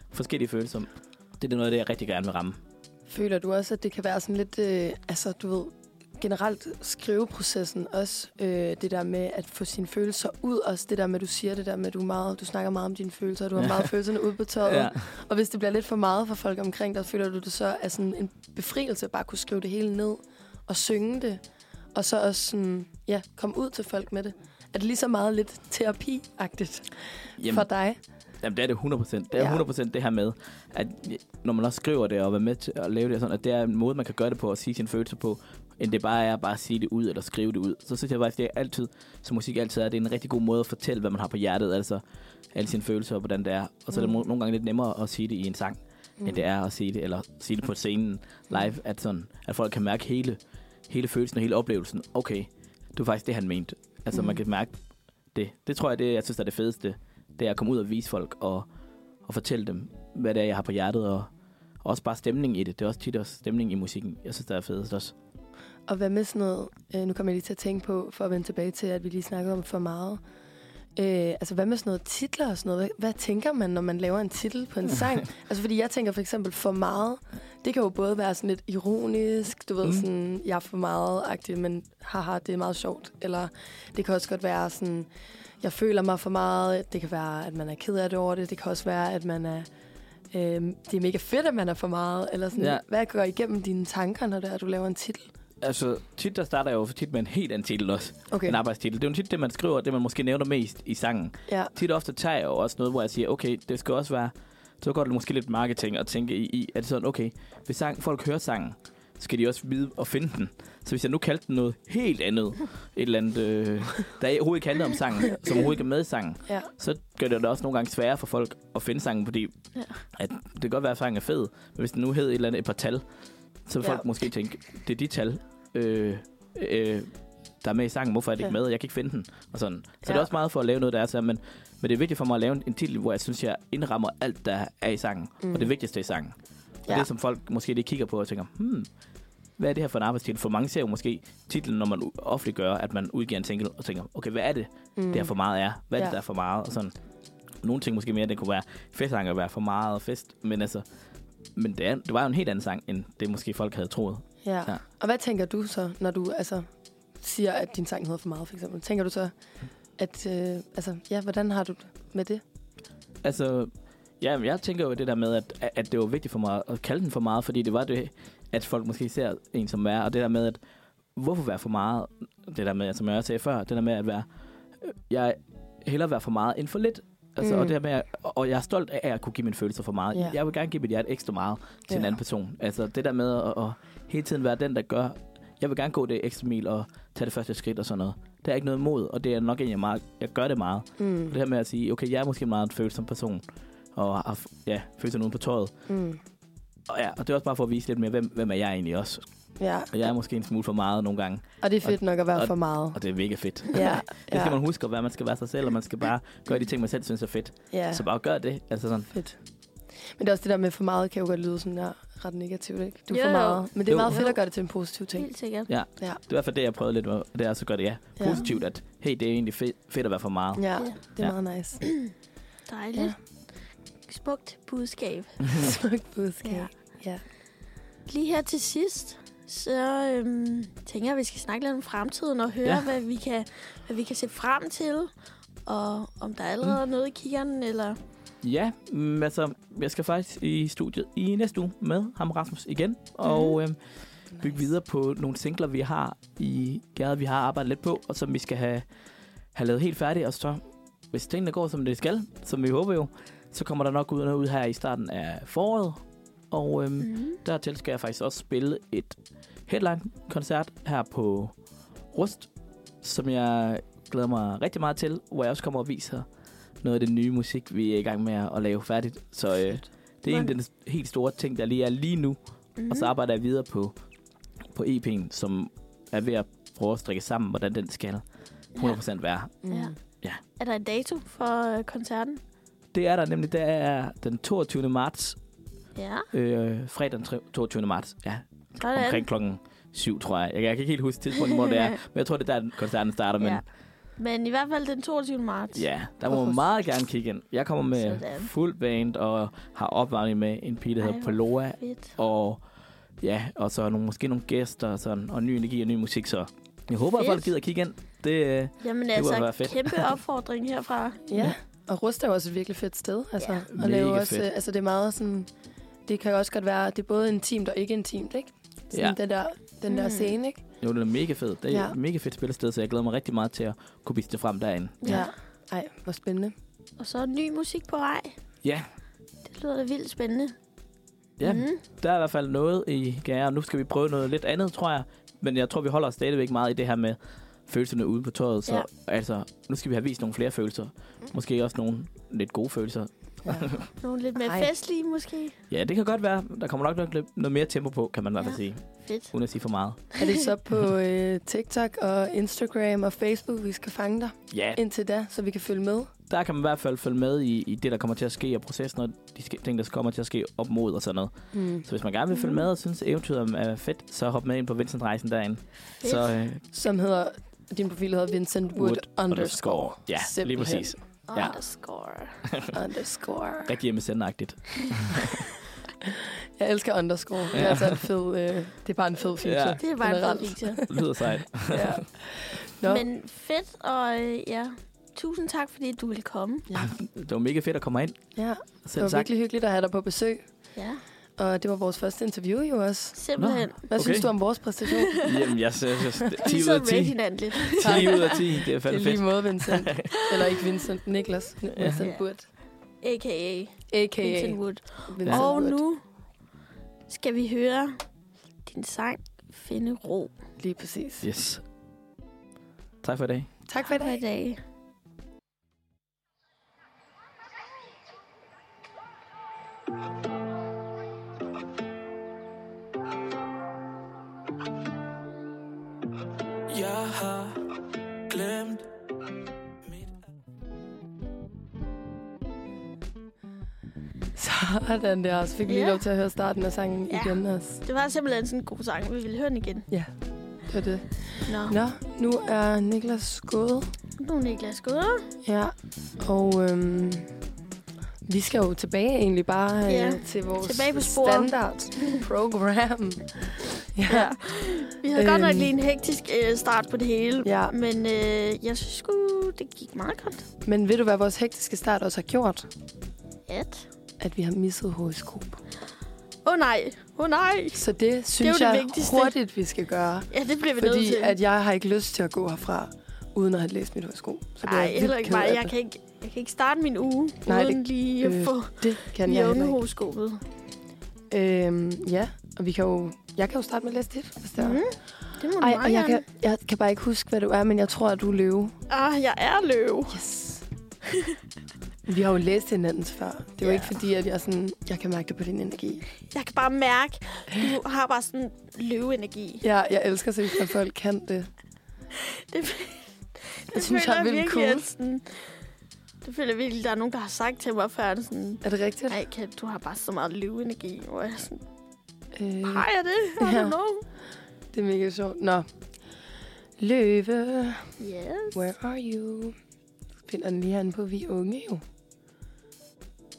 E: forskellige følelser. Det er noget af det, jeg rigtig gerne vil ramme.
C: Føler du også, at det kan være sådan lidt, øh, altså du ved, generelt skriveprocessen også, øh, det der med at få sine følelser ud, også det der med, at du siger det der med, at du, er meget, du snakker meget om dine følelser, og du har
E: Ja.
C: meget følelserne ude på tøjet. Og hvis det bliver lidt for meget for folk omkring dig, føler du det så er sådan en befrielse at bare kunne skrive det hele ned og synge det, og så også sådan, ja, komme ud til folk med det. Er det lige så meget lidt terapi-agtigt
E: Jamen,
C: for dig?
E: Jamen, det er det 100%. Det er
C: Ja.
E: ja. 100% det her med, at når man også skriver det og er med til at lave det, og sådan, at det er en måde, man kan gøre det på og sige sine følelser på, end det bare er at bare sige det ud eller skrive det ud. Så synes jeg faktisk, det er altid, som musik altid er, det er en rigtig god måde at fortælle, hvad man har på hjertet, altså alle sine følelser og hvordan det er. Og så er det mo- nogle gange lidt nemmere at sige det i en sang, mm. end det er at sige det, eller sige det på scenen live, at, sådan, at folk kan mærke hele, hele følelsen og hele oplevelsen. Okay, det var faktisk det, han mente. Altså, mm. man kan mærke det. Det tror jeg, det, jeg synes, der er det fedeste. Det er at komme ud og vise folk og, og fortælle dem, hvad det er, jeg har på hjertet. Og, og også bare stemning i det. Det er også tit også stemning i musikken. Jeg synes, der er fedest også.
C: Og hvad med sådan noget, øh, nu kommer jeg lige til at tænke på, for at vende tilbage til, at vi lige snakkede om for meget. Øh, altså hvad med sådan noget titler og sådan noget? Hvad, hvad tænker man, når man laver en titel på en sang? altså fordi jeg tænker for eksempel for meget, det kan jo både være sådan lidt ironisk, du ved mm.
E: Mm.
C: sådan, jeg er for meget-agtig, men haha, det er meget sjovt. Eller det kan også godt være sådan, jeg føler mig for meget. Det kan være, at man er ked af det over det. Det kan også være, at man er... Øh, det er mega fedt, at man er for meget. Eller sådan, ja.
E: Ja.
C: Hvad går igennem dine tanker, når det er, du laver en titel?
E: Altså, tit der starter jeg jo tit med en helt anden titel også.
C: Okay.
E: En arbejdstitel. Det er jo tit det, man skriver, det man måske nævner mest i sangen.
C: Ja.
E: Tit og ofte tager jeg jo også noget, hvor jeg siger, okay, det skal også være, så går det måske lidt marketing at tænke i, i at sådan, okay, hvis sang, folk hører sangen, skal de også vide at finde den. Så hvis jeg nu kaldte den noget helt andet, et eller andet, øh, der overhovedet ikke handler om sangen, som overhovedet ikke er med i sangen,
C: Ja.
E: så gør det det også nogle gange sværere for folk at finde sangen, fordi
D: Ja.
E: ja. at det kan godt være, at sangen er fed, men hvis den nu hed et eller andet et par tal, så vil
C: Ja.
E: ja. folk måske tænke, det er de tal, øh, øh, der er med i sangen, hvorfor er det
C: Ja.
E: ikke med, jeg kan ikke finde den, og sådan. Så ja. det
C: Ja.
E: er også meget for at lave noget, der er sådan, men, men det er vigtigt for mig at lave en- en titel, hvor jeg synes, jeg indrammer alt, der er i sangen, mm. og det vigtigste i sangen. Og
C: Ja.
E: det, som folk måske lige kigger på og tænker, hmm, hvad er det her for en arbejdstitel? For mange ser jo måske titlen, når man u- offentliggør, at man udgiver en single, og tænker, okay, hvad er det, mm. det her for meget er? Hvad er
C: Ja.
E: det, der er for meget? Og sådan. Nogle ting måske mere, det kunne være festsanger, være for meget og fest, men altså, men det, er, det var jo en helt anden sang, end det måske folk havde troet.
C: Ja. ja.
E: Ja.
C: Og hvad tænker du så, når du altså, siger, at din sang hedder for meget, for eksempel? Tænker du så, at, øh, altså, ja, hvordan har du det med det?
E: Altså, ja, men jeg tænker jo det der med, at, at det var vigtigt for mig at kalde den for meget, fordi det var det, at folk måske ser en som er, og det der med, at hvorfor være for meget, det der med, som jeg også sagde før, det der med at være, øh, jeg hellere være for meget end for lidt, altså,
C: Mm.
E: mm. og, det her med, at- og jeg er stolt af, at jeg kunne give mine følelser for meget.
C: Ja.
E: Jeg vil gerne give mit hjerte ekstra meget til en
C: Ja.
E: anden person. Altså det der med at, at hele tiden være den, der gør, jeg vil gerne gå det ekstra mil og tage det første skridt og sådan noget. Der er ikke noget mod, og det er nok en, jeg, meget, jeg gør det meget.
C: Mm.
E: Det her med at sige, okay, jeg er måske en meget følsom person, og har f- ja, følelser nogen på tøjet.
C: Mm.
E: Og, ja, og det er også bare for at vise lidt mere, hvem, hvem er jeg egentlig også.
C: Ja.
E: Og jeg er måske en smule for meget nogle gange,
C: Og det er fedt nok at være
E: og-
C: for meget.
E: og det er mega fedt.
C: Ja,
E: Det skal
C: ja,
E: man huske at være, man skal være sig selv, og man skal bare gøre de ting, man selv synes er fedt.
C: ja.
E: Så bare gør det. Altså sådan,
C: Fedt. Men det er også det der med for meget, kan jo godt lyde sådan der ret negativt, ikke? Du er
D: Jo,
C: for
D: jo.
C: meget. Men det er
E: Jo.
C: meget fedt
D: Jo.
C: at gøre det til en positiv ting.
D: Helt sikkert.
E: det er i hvert fald det, jeg prøvede lidt, og det er så godt, ja,
C: Ja.
E: positivt, at hey, det er egentlig fedt, fedt at være for meget.
C: Ja,
D: Ja.
C: det er
E: Ja.
C: meget nice.
D: Dejligt. Smukt budskab.
C: Smukt budskab.
D: Ja.
C: Ja.
D: Lige her til sidst, så øhm, tænker jeg, at vi skal snakke lidt om fremtiden og høre, ja.
E: Ja.
D: hvad, vi kan, hvad vi kan se frem til. Og om der allerede mm. er noget i kiggeren, eller...
E: Ja, mm, altså, jeg skal faktisk i studiet i næste uge med ham Rasmus igen,
C: Mhm.
E: og øhm, bygge videre på nogle singler, vi har i gæret, vi har arbejdet lidt på, og som vi skal have, have lavet helt færdigt, og så, hvis tingene går, som det skal, som vi håber jo, så kommer der nok ud noget ud her i starten af foråret, Og øhm, mm.
D: Mm.
E: dertil skal jeg faktisk også spille et headline-koncert her på Rust, som jeg glæder mig rigtig meget til, hvor jeg også kommer og viser noget af den nye musik, vi er i gang med at lave færdigt. Så øh, det er en af den helt store ting, der lige er lige nu. Mm.
D: Mhm.
E: Og så arbejder jeg videre på, på EP'en, som er ved at prøve at strikke sammen, hvordan den skal 100% være.
C: Mm.
D: Ja.
E: Ja.
D: Er der en dato for øh, koncerten?
E: Det er der nemlig, der er den 22. marts,
D: Ja,
E: øh, fredag den tre- 22. marts, ja,
D: sådan.
E: omkring klokken 7, tror jeg. jeg. Jeg kan ikke helt huske tidspunktet, hvor det er, men jeg tror, det er der, den koncerten starter. Men
D: Ja.
E: ja,
D: Men i hvert fald den 22. marts.
E: ja der må man meget gerne kigge ind. Jeg kommer med
D: Sådan.
E: fuld band og har opvarmning med en pige, der
D: Ej,
E: hedder
D: hvor
E: Paloa,
D: Fedt.
E: og ja, og så nogle, måske nogle gæster og sådan, og ny energi og ny musik, så jeg håber, at
D: Fedt.
E: folk gider kigge ind. Det, øh,
D: Jamen
E: kunne være
D: altså,
E: fedt.
D: kæmpe opfordring herfra.
C: Ja, og Rust er jo også et virkelig fedt sted. Altså,
D: Ja.
C: og lave
E: Mega
C: også,
E: fedt.
C: øh, altså, det er meget sådan... Det kan jo også godt være, det er både intimt og ikke intimt, ikke? Sådan
E: Ja.
C: den der, den der
D: Mm.
C: scene, ikke?
E: jo, det er mega fedt. Det er
C: Ja.
E: et mega fedt spillested, så jeg glæder mig rigtig meget til at kunne vise det frem derinde.
C: Ja. Ej, hvor spændende.
D: Og så ny musik på vej.
E: Ja,
D: Det lyder da vildt spændende.
E: ja. Mm.
D: Mm.
E: Der er i hvert fald noget i gære, og nu skal vi prøve noget lidt andet, tror jeg. Men jeg tror, vi holder os stadigvæk meget i det her med følelserne ude på tøjet. Så
D: Ja.
E: ja. altså, nu skal vi have vist nogle flere følelser. Måske også nogle lidt gode følelser.
D: Nogle lidt mere
C: Ej.
D: festlige måske.
E: Ja, det kan godt være. Der kommer nok lidt- noget mere tempo på, kan man i hvert fald
D: Ja.
E: sige.
D: Fedt.
E: Uden at sige for meget.
C: Er det så på øh, TikTok og Instagram og Facebook, vi skal fange dig
E: Ja,
C: indtil da, så vi kan følge med?
E: der kan man i hvert fald følge med i, i det, der kommer til at ske, og processen og de ske- ting, der kommer til at ske op mod og sådan noget.
C: Mm.
E: Så hvis man gerne vil følge med og synes, at eventyret er fedt, så hop med ind på Vincent Rejsen derinde.
D: Fedt.
E: Så øh,
C: Som hedder, din profil hedder Vincent Wood,
E: Wood
C: underscore.
E: Ja, lige
C: Simpelthen.
E: præcis. ja.
D: Underscore.
C: Underscore.
E: Rigtig hjemmesendagtigt.
C: Jeg elsker underscore. Det er
E: Ja.
C: altså en fed, øh, det er bare en fed feature.
E: Ja.
D: Det er bare en
C: Generelt.
D: fed feature.
E: Lyder sejt.
C: Ja. Nå, Men,
D: Men fedt, og øh, ja, tusind tak, fordi du ville komme.
E: Det var mega fedt at komme ind.
C: ja, det
E: Selv
C: var
E: tak.
C: virkelig hyggeligt at have dig på besøg.
D: Ja,
C: Og det var vores første interview jo også.
D: simpelthen.
C: Hvad okay.
E: Okay.
C: synes du om vores præstation?
E: Jamen, jeg synes, jeg synes
D: Vi
E: 10 ud
D: sidder
E: af
D: og rate
E: 10.
D: hinanden lidt.
E: 10 ud af 10, det er
C: Det er
E: fandme fedt.
C: lige måde, Vincent. Eller ikke Vincent, Niklas. N-
E: Ja.
C: Vincent
D: Ja.
C: Wood.
D: A.k.a.
C: A.k.a.
D: Vincent Wood.
C: Vincent
D: Og
C: Wood.
D: nu skal vi høre din sang Finde ro
C: Lige præcis.
E: Yes. Tak for i dag.
C: Tak for i
D: for
C: dag.
D: i dag.
F: Jeg har glemt mit
C: Sådan der. Så fik vi lige
D: Ja.
C: lov til at høre starten af sangen
D: Ja.
C: igen også.
D: Det var simpelthen sådan en god sang. Vi ville høre den igen.
C: Det var det.
D: Nå,
C: Nå, nu er Niklas gået.
D: nu er Niklas gået.
C: Ja, og øhm, vi skal jo tilbage egentlig bare øh,
D: Ja,
C: til vores
D: tilbage på sporet.
C: standard program. ja.
D: Ja. Vi havde øhm. godt nok
C: Øhm.
D: lige en hektisk øh, start på det hele.
C: Ja.
D: Men øh, jeg synes sgu, det gik meget godt.
C: men ved du, hvad vores hektiske start også har gjort?
D: At...
C: At vi har misset horoskop.
D: Åh oh, nej, åh oh, nej.
C: Så det
D: jo
C: synes
D: det
C: jeg
D: vigtigste.
C: hurtigt, vi skal gøre.
D: Ja, det bliver vi nødt
C: Fordi
D: til.
C: at jeg har ikke lyst til at gå herfra, uden at have læst mit horoskop. Så bliver
D: Nej,
C: jeg vildt
D: heller ikke
C: ked
D: mig.
C: af
D: Jeg
C: det.
D: kan ikke, jeg kan ikke starte min uge,
C: Nej,
D: Nej,
C: det-
D: uden lige at
C: øh,
D: få
C: Det kan jeg heller ikke.
D: jævnehoroskopet.
C: Øhm, ja, og vi kan jo, jeg kan jo starte med at læse dit, hvis det er.
D: Mhm. Det må du
C: Ej, og
D: meget
C: jeg
D: gerne.
C: kan, jeg kan bare ikke huske, hvad du er, men jeg tror, at du er løve.
D: Ah, jeg er løve.
C: Yes. Vi har jo læst hinandens før. Det er jo
D: Ja.
C: ikke fordi, at jeg, sådan, jeg kan mærke det på din energi.
D: Jeg kan bare mærke, du har bare sådan løveenergi.
C: Ja, jeg elsker seriøst, når folk kan det.
D: Det, det
C: synes,
D: føler
C: jeg er vildt
D: virkelig,
C: cool.
D: at sådan, det føler jeg virkelig, der er nogen, der har sagt til mig før, sådan,
C: Er det rigtigt?
D: nej, Kat, du har bare så meget løveenergi. Og jeg er sådan,
C: Øh,
D: har jeg det? I
C: Ja.
D: don't know.
C: det er mega sjovt. Nå. Løve,
D: Yes.
C: where are you? Finder den lige herinde på Vi Unge jo.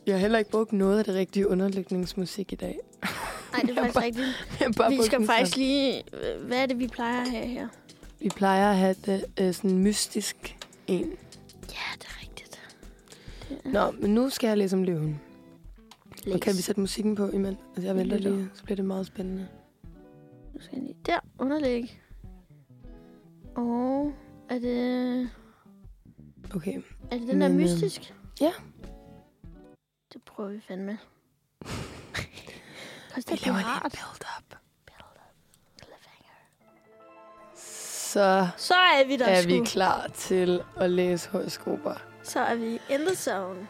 C: Jeg har heller ikke brugt noget af det rigtige underlægningsmusik i dag.
D: Nej, det er faktisk rigtigt.
C: Jeg har bare
D: Vi
C: brugt
D: skal
C: den sådan.
D: faktisk lige... Hvad er det, vi plejer at have her?
C: Vi plejer at have det, øh, sådan en mystisk en.
D: Ja, det er rigtigt.
C: Nå, men nu skal jeg læse om løven.
D: Læs.
C: Og kan vi sætte musikken på imens? Altså, jeg
D: Vi
C: venter
D: lytter.
C: lige, så bliver det meget spændende.
D: Nu skal jeg lige der, underlæg. Og er det,
C: Okay.
D: er det den der
C: Men, øh,
D: mystisk?
C: ja.
D: Det prøver vi fandme. Også
C: Vi
D: det, det
C: laver
D: er
C: lige en
D: rart.
C: build-up. Så
D: Så er vi der
C: er
D: sgu.
C: vi klar til at læse horoskoper.
D: Så er vi endelig sammen.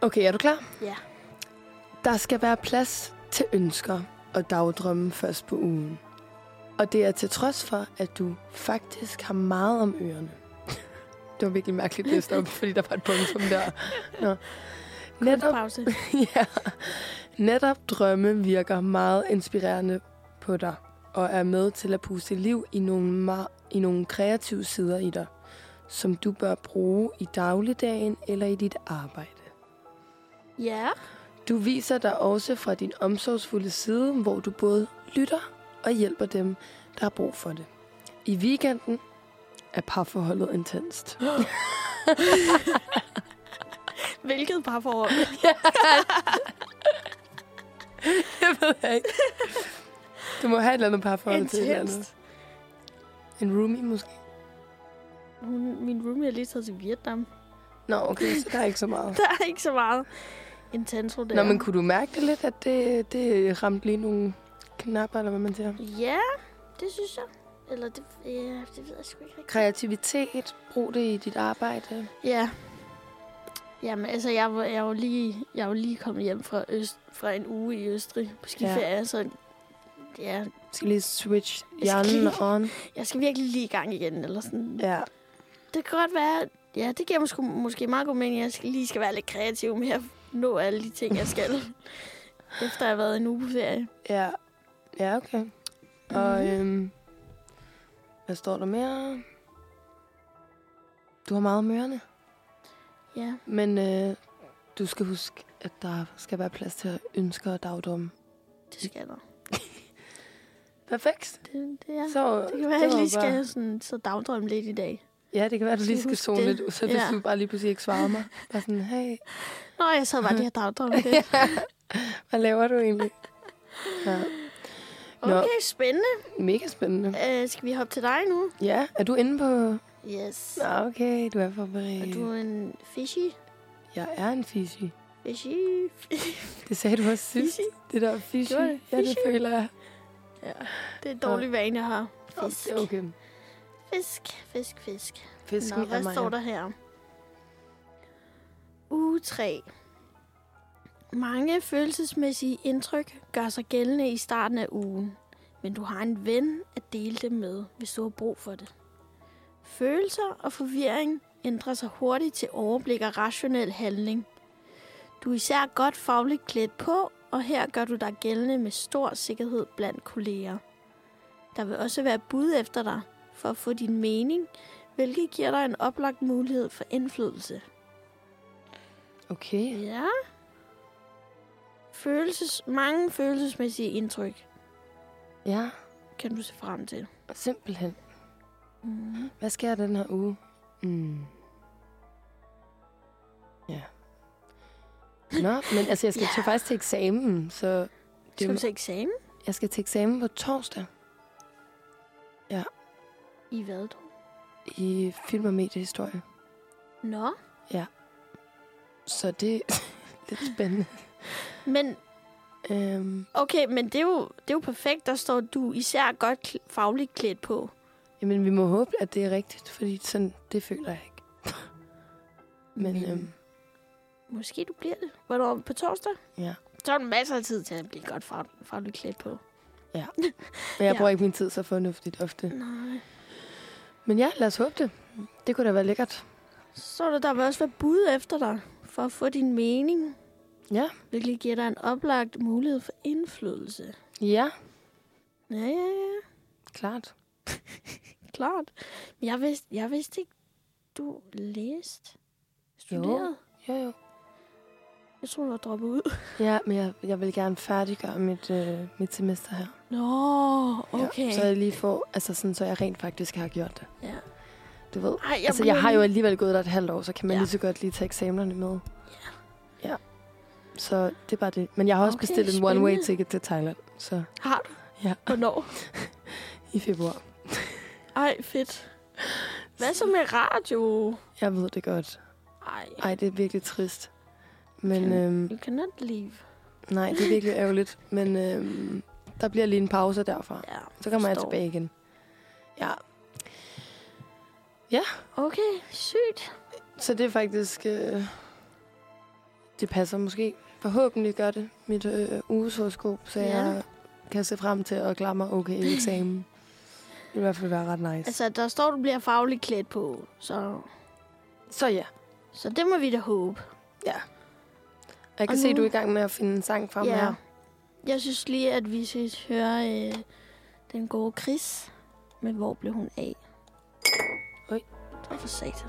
C: Okay, er du klar?
D: Ja.
C: Der skal være plads til ønsker og dagdrømme først på ugen. Og det er til trods for, at du faktisk har meget om ørerne. Det var virkelig mærkeligt læst op, fordi der var et punktum der. Nå. Netop,
D: Pause.
C: ja. Netop drømme virker meget inspirerende på dig, og er med til at puste liv i nogle, ma- i nogle kreative sider i dig, som du bør bruge i dagligdagen eller i dit arbejde.
D: Ja.
C: Du viser dig også fra din omsorgsfulde side, hvor du både lytter og hjælper dem, der har brug for det. I weekenden er parforholdet intenst.
D: Hvilket parforhold?
C: Jeg ved jeg ikke. Du må have et eller andet parforhold til et eller andet.
D: Intenst.
C: En roomie måske?
D: Hun, min roomie er lige taget til Vietnam.
C: Nå, okay, så der er ikke så meget.
D: Der er ikke så meget intenso der.
C: Nå, men kunne du mærke det lidt, at det, det ramte lige nogle knapper, eller hvad man siger?
D: Ja, det synes jeg. Eller det, ja, det ved jeg sgu ikke rigtigt.
C: Kreativitet, brug det i dit arbejde.
D: Ja. Jamen, altså, jeg var, jeg var, lige, jeg var lige kommet hjem fra, Øst, fra en uge i Østrig på skiferie, ja. så ja,
C: Skal lige switch
D: Jeg skal
C: hjernen
D: lige-
C: on.
D: jeg skal virkelig lige i gang igen, eller sådan. Ja.
C: Ja,
D: Det kan godt være, ja, det giver måske, måske meget god mening, at jeg skal, lige skal være lidt kreativ med at nå alle de ting, jeg skal, efter jeg har været en uge på ferie. Mhm.
C: Ja, ja okay. Og øhm, hvad står der mere? Du har meget mørende,
D: Ja,
C: men øh, du skal huske, at der skal være plads til ønsker og dagdomme.
D: det skal der.
C: Perfekt.
D: Det, det, er.
C: Så,
D: det kan være, at jeg
C: var
D: lige skal
C: bare-
D: have sådan, så dagdrømme lidt i dag.
C: Ja, det kan være, at du lige
D: Skal
C: skal
D: huske
C: zone
D: det.
C: lidt ud, så hvis
D: Ja.
C: du bare lige pludselig ikke svarer mig. Bare sådan, hey,
D: Nå, jeg sad bare, det her dagdrømme lidt.
C: hvad laver du egentlig? Ja. Nå,
D: Okay, spændende.
C: mega spændende.
D: Uh, skal vi hoppe til dig nu?
C: Ja, er du inde på...
D: Yes.
C: Nå, okay, du er
D: Og
C: forberedt.
D: du er en fishy.
C: Jeg er en fishy.
D: Fishy.
C: Det sagde du også sidst.
D: Fishy.
C: Det der fishy.
D: Gjorde det?
C: Ja, det
D: Fishy?
C: føler jeg.
D: Det er en dårlig vane, jeg har. Fisk.
C: Det er okay.
D: Fisk, fisk, fisk.
C: Fisken
D: Nå, hvad
C: er
D: står der her? Uge 3. Mange følelsesmæssige indtryk gør sig gældende i starten af ugen, men du har en ven at dele dem med, hvis du har brug for det. Følelser og forvirring ændrer sig hurtigt til overblik og rationel handling. Du er især godt fagligt klædt på, og her gør du dig gældende med stor sikkerhed blandt kolleger. Der vil også være bud efter dig for at få din mening hvilket giver dig en oplagt mulighed for indflydelse.
C: Okay.
D: Ja. Følelses, mange følelsesmæssige indtryk
C: Ja,
D: kan du se frem til.
C: simpelthen.
D: Mm.
C: Hvad sker der den her uge? Mm. Ja. Nå, men altså, jeg skal ja. faktisk til eksamen, så det,
D: Skal du
C: er-
D: til eksamen?
C: jeg skal til eksamen på torsdag
D: I hvad du?
C: i film- og mediehistorie.
D: Nå.
C: Så det er lidt spændende.
D: Men
C: Øhm,
D: okay, men det er, jo, det er jo perfekt. Der står du især godt kl- fagligt klædt på.
C: jamen, vi må håbe, at det er rigtigt, fordi sådan, det føler jeg ikke. men
D: Men-
C: øhm,
D: Måske du bliver det. Hvornår? På torsdag?
C: Ja.
D: Så er der masser af tid til at blive godt fag- fagligt klædt på.
C: men jeg
D: Ja.
C: bruger ikke min tid så fornuftigt ofte.
D: Nej.
C: Men ja, lad os håbe det. Det kunne da være lækkert.
D: Så er der, der vil også være bud efter dig for at få din mening.
C: Ja.
D: Hvilket giver dig en oplagt mulighed for indflydelse.
C: Ja,
D: Ja, ja, ja.
C: klart.
D: Klart. Men jeg vidste, jeg vidste ikke, du læste. Studerede. Jo.
C: Jo, jo.
D: Jeg troede, du var droppet ud.
C: Ja, men jeg, jeg vil gerne færdiggøre mit, øh, mit semester her.
D: Nå,
C: Ja,
D: okay.
C: så jeg lige får, altså sådan, så jeg rent faktisk har gjort det.
D: Ja.
C: Du ved.
D: Ej, jeg,
C: altså,
D: bliver
C: jeg har jo
D: lige-
C: alligevel gået der et halvt år, så kan man
D: Ja.
C: ja. lige så godt lige tage eksamenerne med. Ja. Ja. Så det er bare det. Men jeg har også
D: Okay,
C: okay, bestilt en
D: spændende.
C: one-way ticket til Thailand, så
D: Har du?
C: Ja.
D: Hvornår?
C: i februar.
D: Ej, fedt. Hvad så med radio?
C: Jeg ved det godt.
D: Ej,
C: Ej, det er virkelig trist. Men
D: Okay.
C: øhm,
D: you cannot leave.
C: Nej, det er virkelig ærgerligt. Men øhm, der bliver lige en pause derfra.
D: Ja,
C: Så kommer jeg
D: forstår.
C: tilbage igen. Ja,
D: Okay, sygt.
C: så det er faktisk... Øh, det passer måske. Forhåbentlig gør det mit øh, ugeshoroskop, så
D: Ja.
C: ja. jeg kan se frem til at klare mig okay i eksamen. Det vil i hvert fald være ret nice. Altså,
D: Altså, der står, du bliver fagligt klædt på, så,
C: så ja,
D: så det må vi da håbe.
C: Og jeg kan
D: Og
C: se,
D: nu-
C: du er i gang med at finde en sang frem ja. her.
D: Jeg synes lige, at vi skal høre øh, den gode Chris. Men hvor blev hun af?
C: Oj.
D: Det var for satan.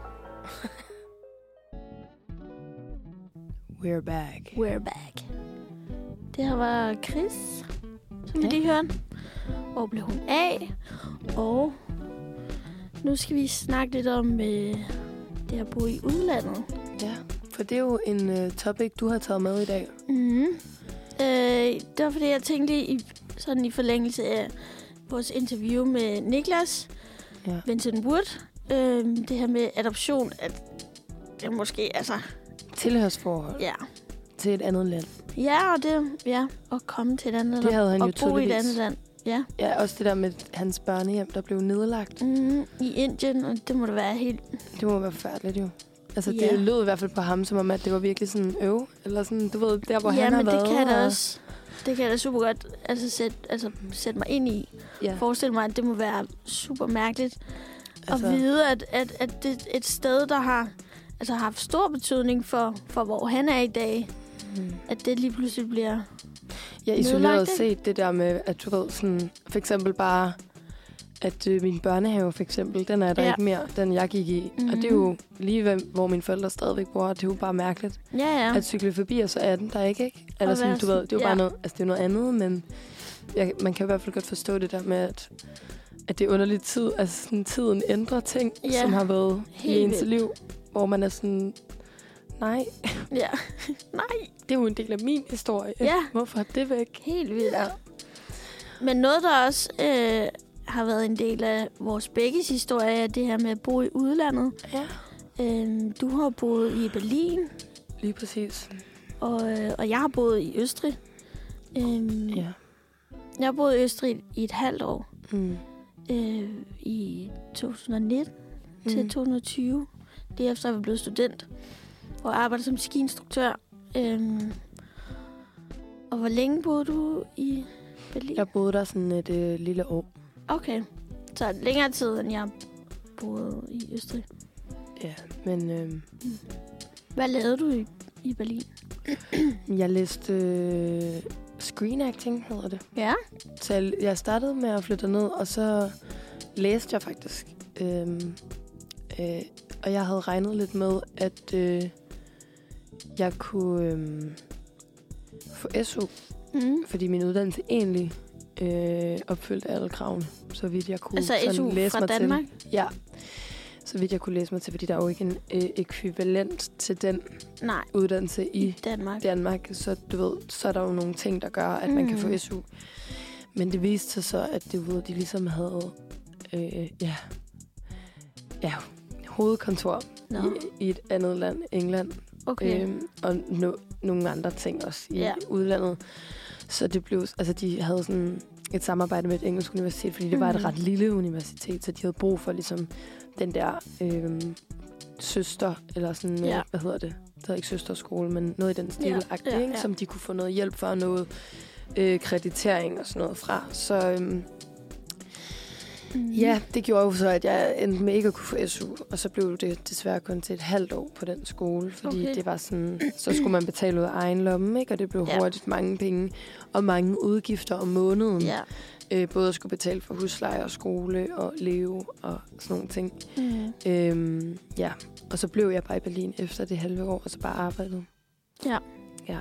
C: We're back.
D: We're back. Det her var Chris, som vi
C: Ja.
D: lige hørte. Hvor blev hun af? Og nu skal vi snakke lidt om øh, det at bo i udlandet.
C: Ja, for det er jo en øh, topic, du har taget med i dag.
D: Mm. Øh, det var fordi, jeg tænkte i, sådan i forlængelse af vores interview med Niklas
C: Ja.
D: Vincent Wood. Øh, det her med adoption, at det måske, altså,
C: Tilhørsforhold
D: ja.
C: til et andet land.
D: Ja, og det, ja, at komme til et andet
C: Det
D: land
C: havde han
D: og
C: jo
D: bo i et
C: tydeligvis.
D: andet land. Ja,
C: Ja, også det der med hans børnehjem, der blev nedlagt.
D: mm, i Indien, og det må det være helt...
C: Det må være forfærdeligt jo. Altså, det
D: Ja.
C: lød i hvert fald på ham, som om, at det var virkelig sådan øv. Eller sådan, du ved, der hvor
D: ja,
C: han har
D: men
C: været.
D: det kan jeg da
C: og-
D: også. Det kan jeg da super godt altså, sætte altså, sæt mig ind i.
C: Ja,
D: Forestil mig, at det må være super mærkeligt altså.
C: Altså.
D: at vide, at, at, at det er et sted, der har altså, haft stor betydning for, for, hvor han er i dag,
C: Mm.
D: at det lige pludselig bliver...
C: ja isoleret
D: nedlagt,
C: set det der med, at du ved, sådan, for eksempel bare, at øh, min børnehave for eksempel, den er der
D: Ja. Mhm.
C: ja. ikke mere, den jeg gik i. Mm-hmm. Og det er jo lige, hvem, hvor mine forældre stadigvæk bor, og det er jo bare mærkeligt.
D: Ja, ja.
C: at cykle forbi, og så er den der ikke, ikke? Eller
D: Og
C: sådan,
D: være
C: du ved, det er jo
D: sådan-
C: bare
D: ja.
C: noget, altså det er noget andet, men jeg, man kan i hvert fald godt forstå det der med, at, at det er underlig tid, altså sådan, tiden ændrer ting,
D: Ja.
C: ja. som har været Helt
D: Helt
C: i ens
D: vildt.
C: liv, hvor man er sådan, nej,
D: ja. Nej,
C: det er jo en del af min historie.
D: Ja.
C: Hvorfor er det væk?
D: helt vildt. Ja. Men noget, der også øh, har været en del af vores begges historie, er det her med at bo i udlandet.
C: Ja.
D: Øhm, du har boet i Berlin,
C: Lige præcis.
D: Mm. og, øh, og jeg har boet i Østrig. Øhm, ja.
C: Ja.
D: Jeg har boet i Østrig i et halvt år.
C: Mm.
D: øh, i 2019 mm. til 2020. Det er efter, at jeg blev student og arbejder som skiinstruktør. Øhm, og hvor længe boede du i Berlin?
C: Jeg boede der sådan et øh, lille år.
D: Okay, så længere tid, end jeg boede i Østrig.
C: Ja. Men øh,
D: Hvad lavede du i, i Berlin?
C: jeg læste øh, screen acting, hedder det.
D: Ja.
C: Så jeg, jeg startede med at flytte ned, og så læste jeg faktisk. Øhm, øh, og jeg havde regnet lidt med, at øh, jeg kunne øhm, få SU,
D: Mm.
C: fordi min uddannelse egentlig øh, opfyldte alle kravene, så vidt jeg kunne
D: Altså
C: sådan
D: SU
C: læse
D: fra
C: mig
D: Danmark?
C: til. Ja, så vidt jeg kunne læse mig til, fordi der er jo ikke en øh, ekvivalent til den
D: Nej,
C: uddannelse
D: i
C: i
D: Danmark.
C: Danmark, så du ved, så er der jo nogle ting, der gør, at mm. man kan
D: Mm.
C: få SU. Men det viste sig så, at det var, de ligesom havde øh, ja, ja, hovedkontor
D: Nå,
C: i, i et andet land, England,
D: okay.
C: øhm, og no, nogle andre ting også i
D: Ja.
C: yeah. udlandet. Så det blev, altså de havde sådan et samarbejde med et engelsk universitet, fordi det mm. var
D: Mm.
C: et ret lille universitet, så de havde brug for ligesom den der øhm, søster, eller sådan,
D: Ja.
C: ja. hvad hedder det? Det hedder ikke søsterskole, men noget i den stil,
D: Ja,
C: ja,
D: ja,
C: ja, ja.
D: ja.
C: som de kunne få noget hjælp fra, noget øh, kreditering og sådan noget fra. Så øhm,
D: Mm.
C: ja, det gjorde jo så, at jeg endte med ikke at kunne få SU, og så blev det desværre kun til et halvt år på den skole, fordi
D: Okay.
C: okay. det var sådan, så skulle man betale ud af egen lomme, ikke? og det blev
D: Ja.
C: ja. hurtigt mange penge og mange udgifter om måneden.
D: Ja.
C: Øh, både at skulle betale for husleje og skole og leve og sådan nogle ting.
D: Mm.
C: Øhm, ja, og så blev jeg bare i Berlin efter det halve år, og så bare arbejdede.
D: Ja.
C: Ja.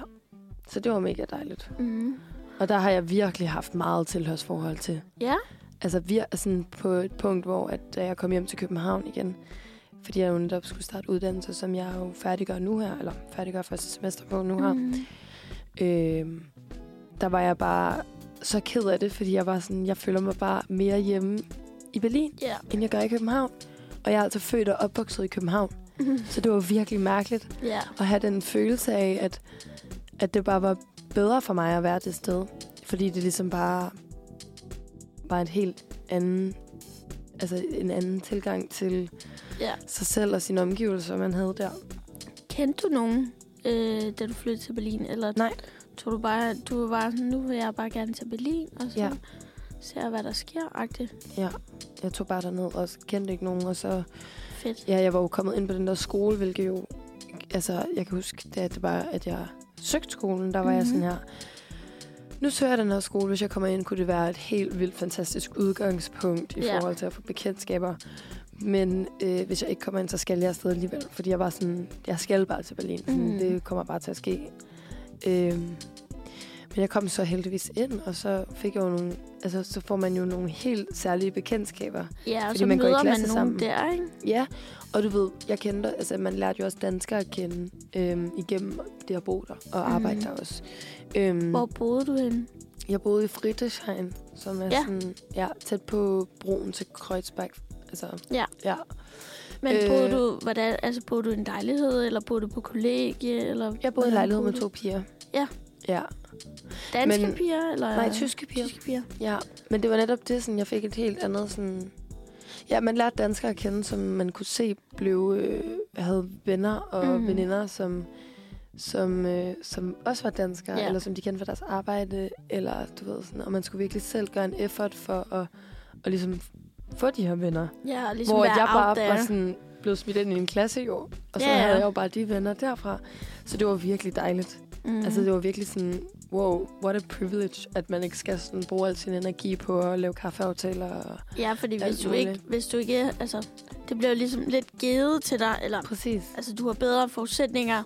C: Så det var mega dejligt.
D: Mm.
C: Og der har jeg virkelig haft meget tilhørsforhold til.
D: Ja.
C: Altså vi er sådan på et punkt, hvor at, da jeg kom hjem til København igen, fordi jeg jo netop skulle starte uddannelse, som jeg jo færdiggør nu her, eller færdiggør første semester på nu her,
D: Mm.
C: øhm, der var jeg bare så ked af det, fordi jeg var sådan, jeg føler mig bare mere hjemme i Berlin,
D: Ja.
C: end jeg gør i København. Og jeg er altså født og opvokset i København,
D: Mm.
C: så det var virkelig mærkeligt
D: Ja.
C: at have den følelse af, at, at det bare var bedre for mig at være det sted. Fordi det ligesom bare var en helt anden altså en anden tilgang til
D: Ja.
C: sig selv og sine omgivelser, man havde der.
D: Kendte du nogen, øh, da du flyttede til Berlin? Eller
C: Nej.
D: Tog du bare, du var bare sådan, nu vil jeg bare gerne til Berlin, og så
C: Ja.
D: ja. ser jeg, hvad der sker, agtigt.
C: Jeg tog bare derned og kendte ikke nogen, og så...
D: Fedt.
C: Ja, jeg var jo kommet ind på den der skole, hvilket jo... Altså, jeg kan huske, da det var, at jeg søgte skolen, der var mm-hmm. jeg
D: Mhm.
C: sådan her... Nu søger jeg den her skole. Hvis jeg kommer ind, kunne det være et helt vildt fantastisk udgangspunkt i
D: Ja.
C: forhold til at få bekendtskaber. Men øh, hvis jeg ikke kommer ind, så skal jeg afsted alligevel. Fordi jeg var sådan, jeg skal bare til Berlin. Sådan,
D: Mhm.
C: Det kommer bare til at ske. Øhm, men jeg kom så heldigvis ind, og så fik jeg jo nogle, altså, så får man jo nogle helt særlige bekendtskaber.
D: Ja, og
C: Fordi
D: så
C: man går i
D: møder man
C: klasse
D: nogen
C: sammen. Mm.
D: der, ikke?
C: Ja, og du ved, jeg kendte, altså man lærte jo også danskere at kende øhm, igennem det at bo der og arbejde
D: Mhm.
C: der også. Øhm,
D: Hvor boede du henne?
C: Jeg boede i Friedrichshain, som er ja.
D: Ja.
C: sådan, ja, tæt på broen til Kreuzberg. Altså,
D: Ja.
C: ja.
D: Men
C: Øh.
D: øh... boede du, hvordan, altså boede du i en lejlighed, eller boede du på kollegie, eller...
C: Jeg boede i
D: hvordan
C: lejlighed med
D: boede
C: to piger.
D: Ja. Øh,
C: Ja.
D: du? Danske
C: men-
D: men... piger, eller...
C: Nej, tyske piger.
D: Tyske piger.
C: Ja, men det var netop det, sådan, jeg fik et helt andet sådan... Ja, man lærte danskere at kende, som man kunne se blev, øh, havde venner og mm.
D: Mm.
C: veninder, som, som, øh, som også var danskere,
D: Ja.
C: eller som de kendte fra deres arbejde, eller du ved sådan, og man skulle virkelig selv gøre en effort for at, at ligesom få de her venner.
D: Ja, og ligesom
C: Ligesom hvor
D: være
C: jeg bare
D: out there.
C: var sådan, blev smidt ind i en klasse jo, og så
D: Ja, ja.
C: havde jeg jo bare de venner derfra. Så det var virkelig dejligt.
D: mm.
C: Mm. Altså, det var virkelig sådan, wow, what a privilege, at man ikke skal sådan bruge al sin energi på at lave kaffeaftaler. Og...
D: Ja, fordi
C: alt
D: hvis du,
C: muligt.
D: ikke, hvis du ikke... Altså, det bliver jo ligesom lidt givet til dig, eller...
C: Præcis.
D: Altså, du har bedre forudsætninger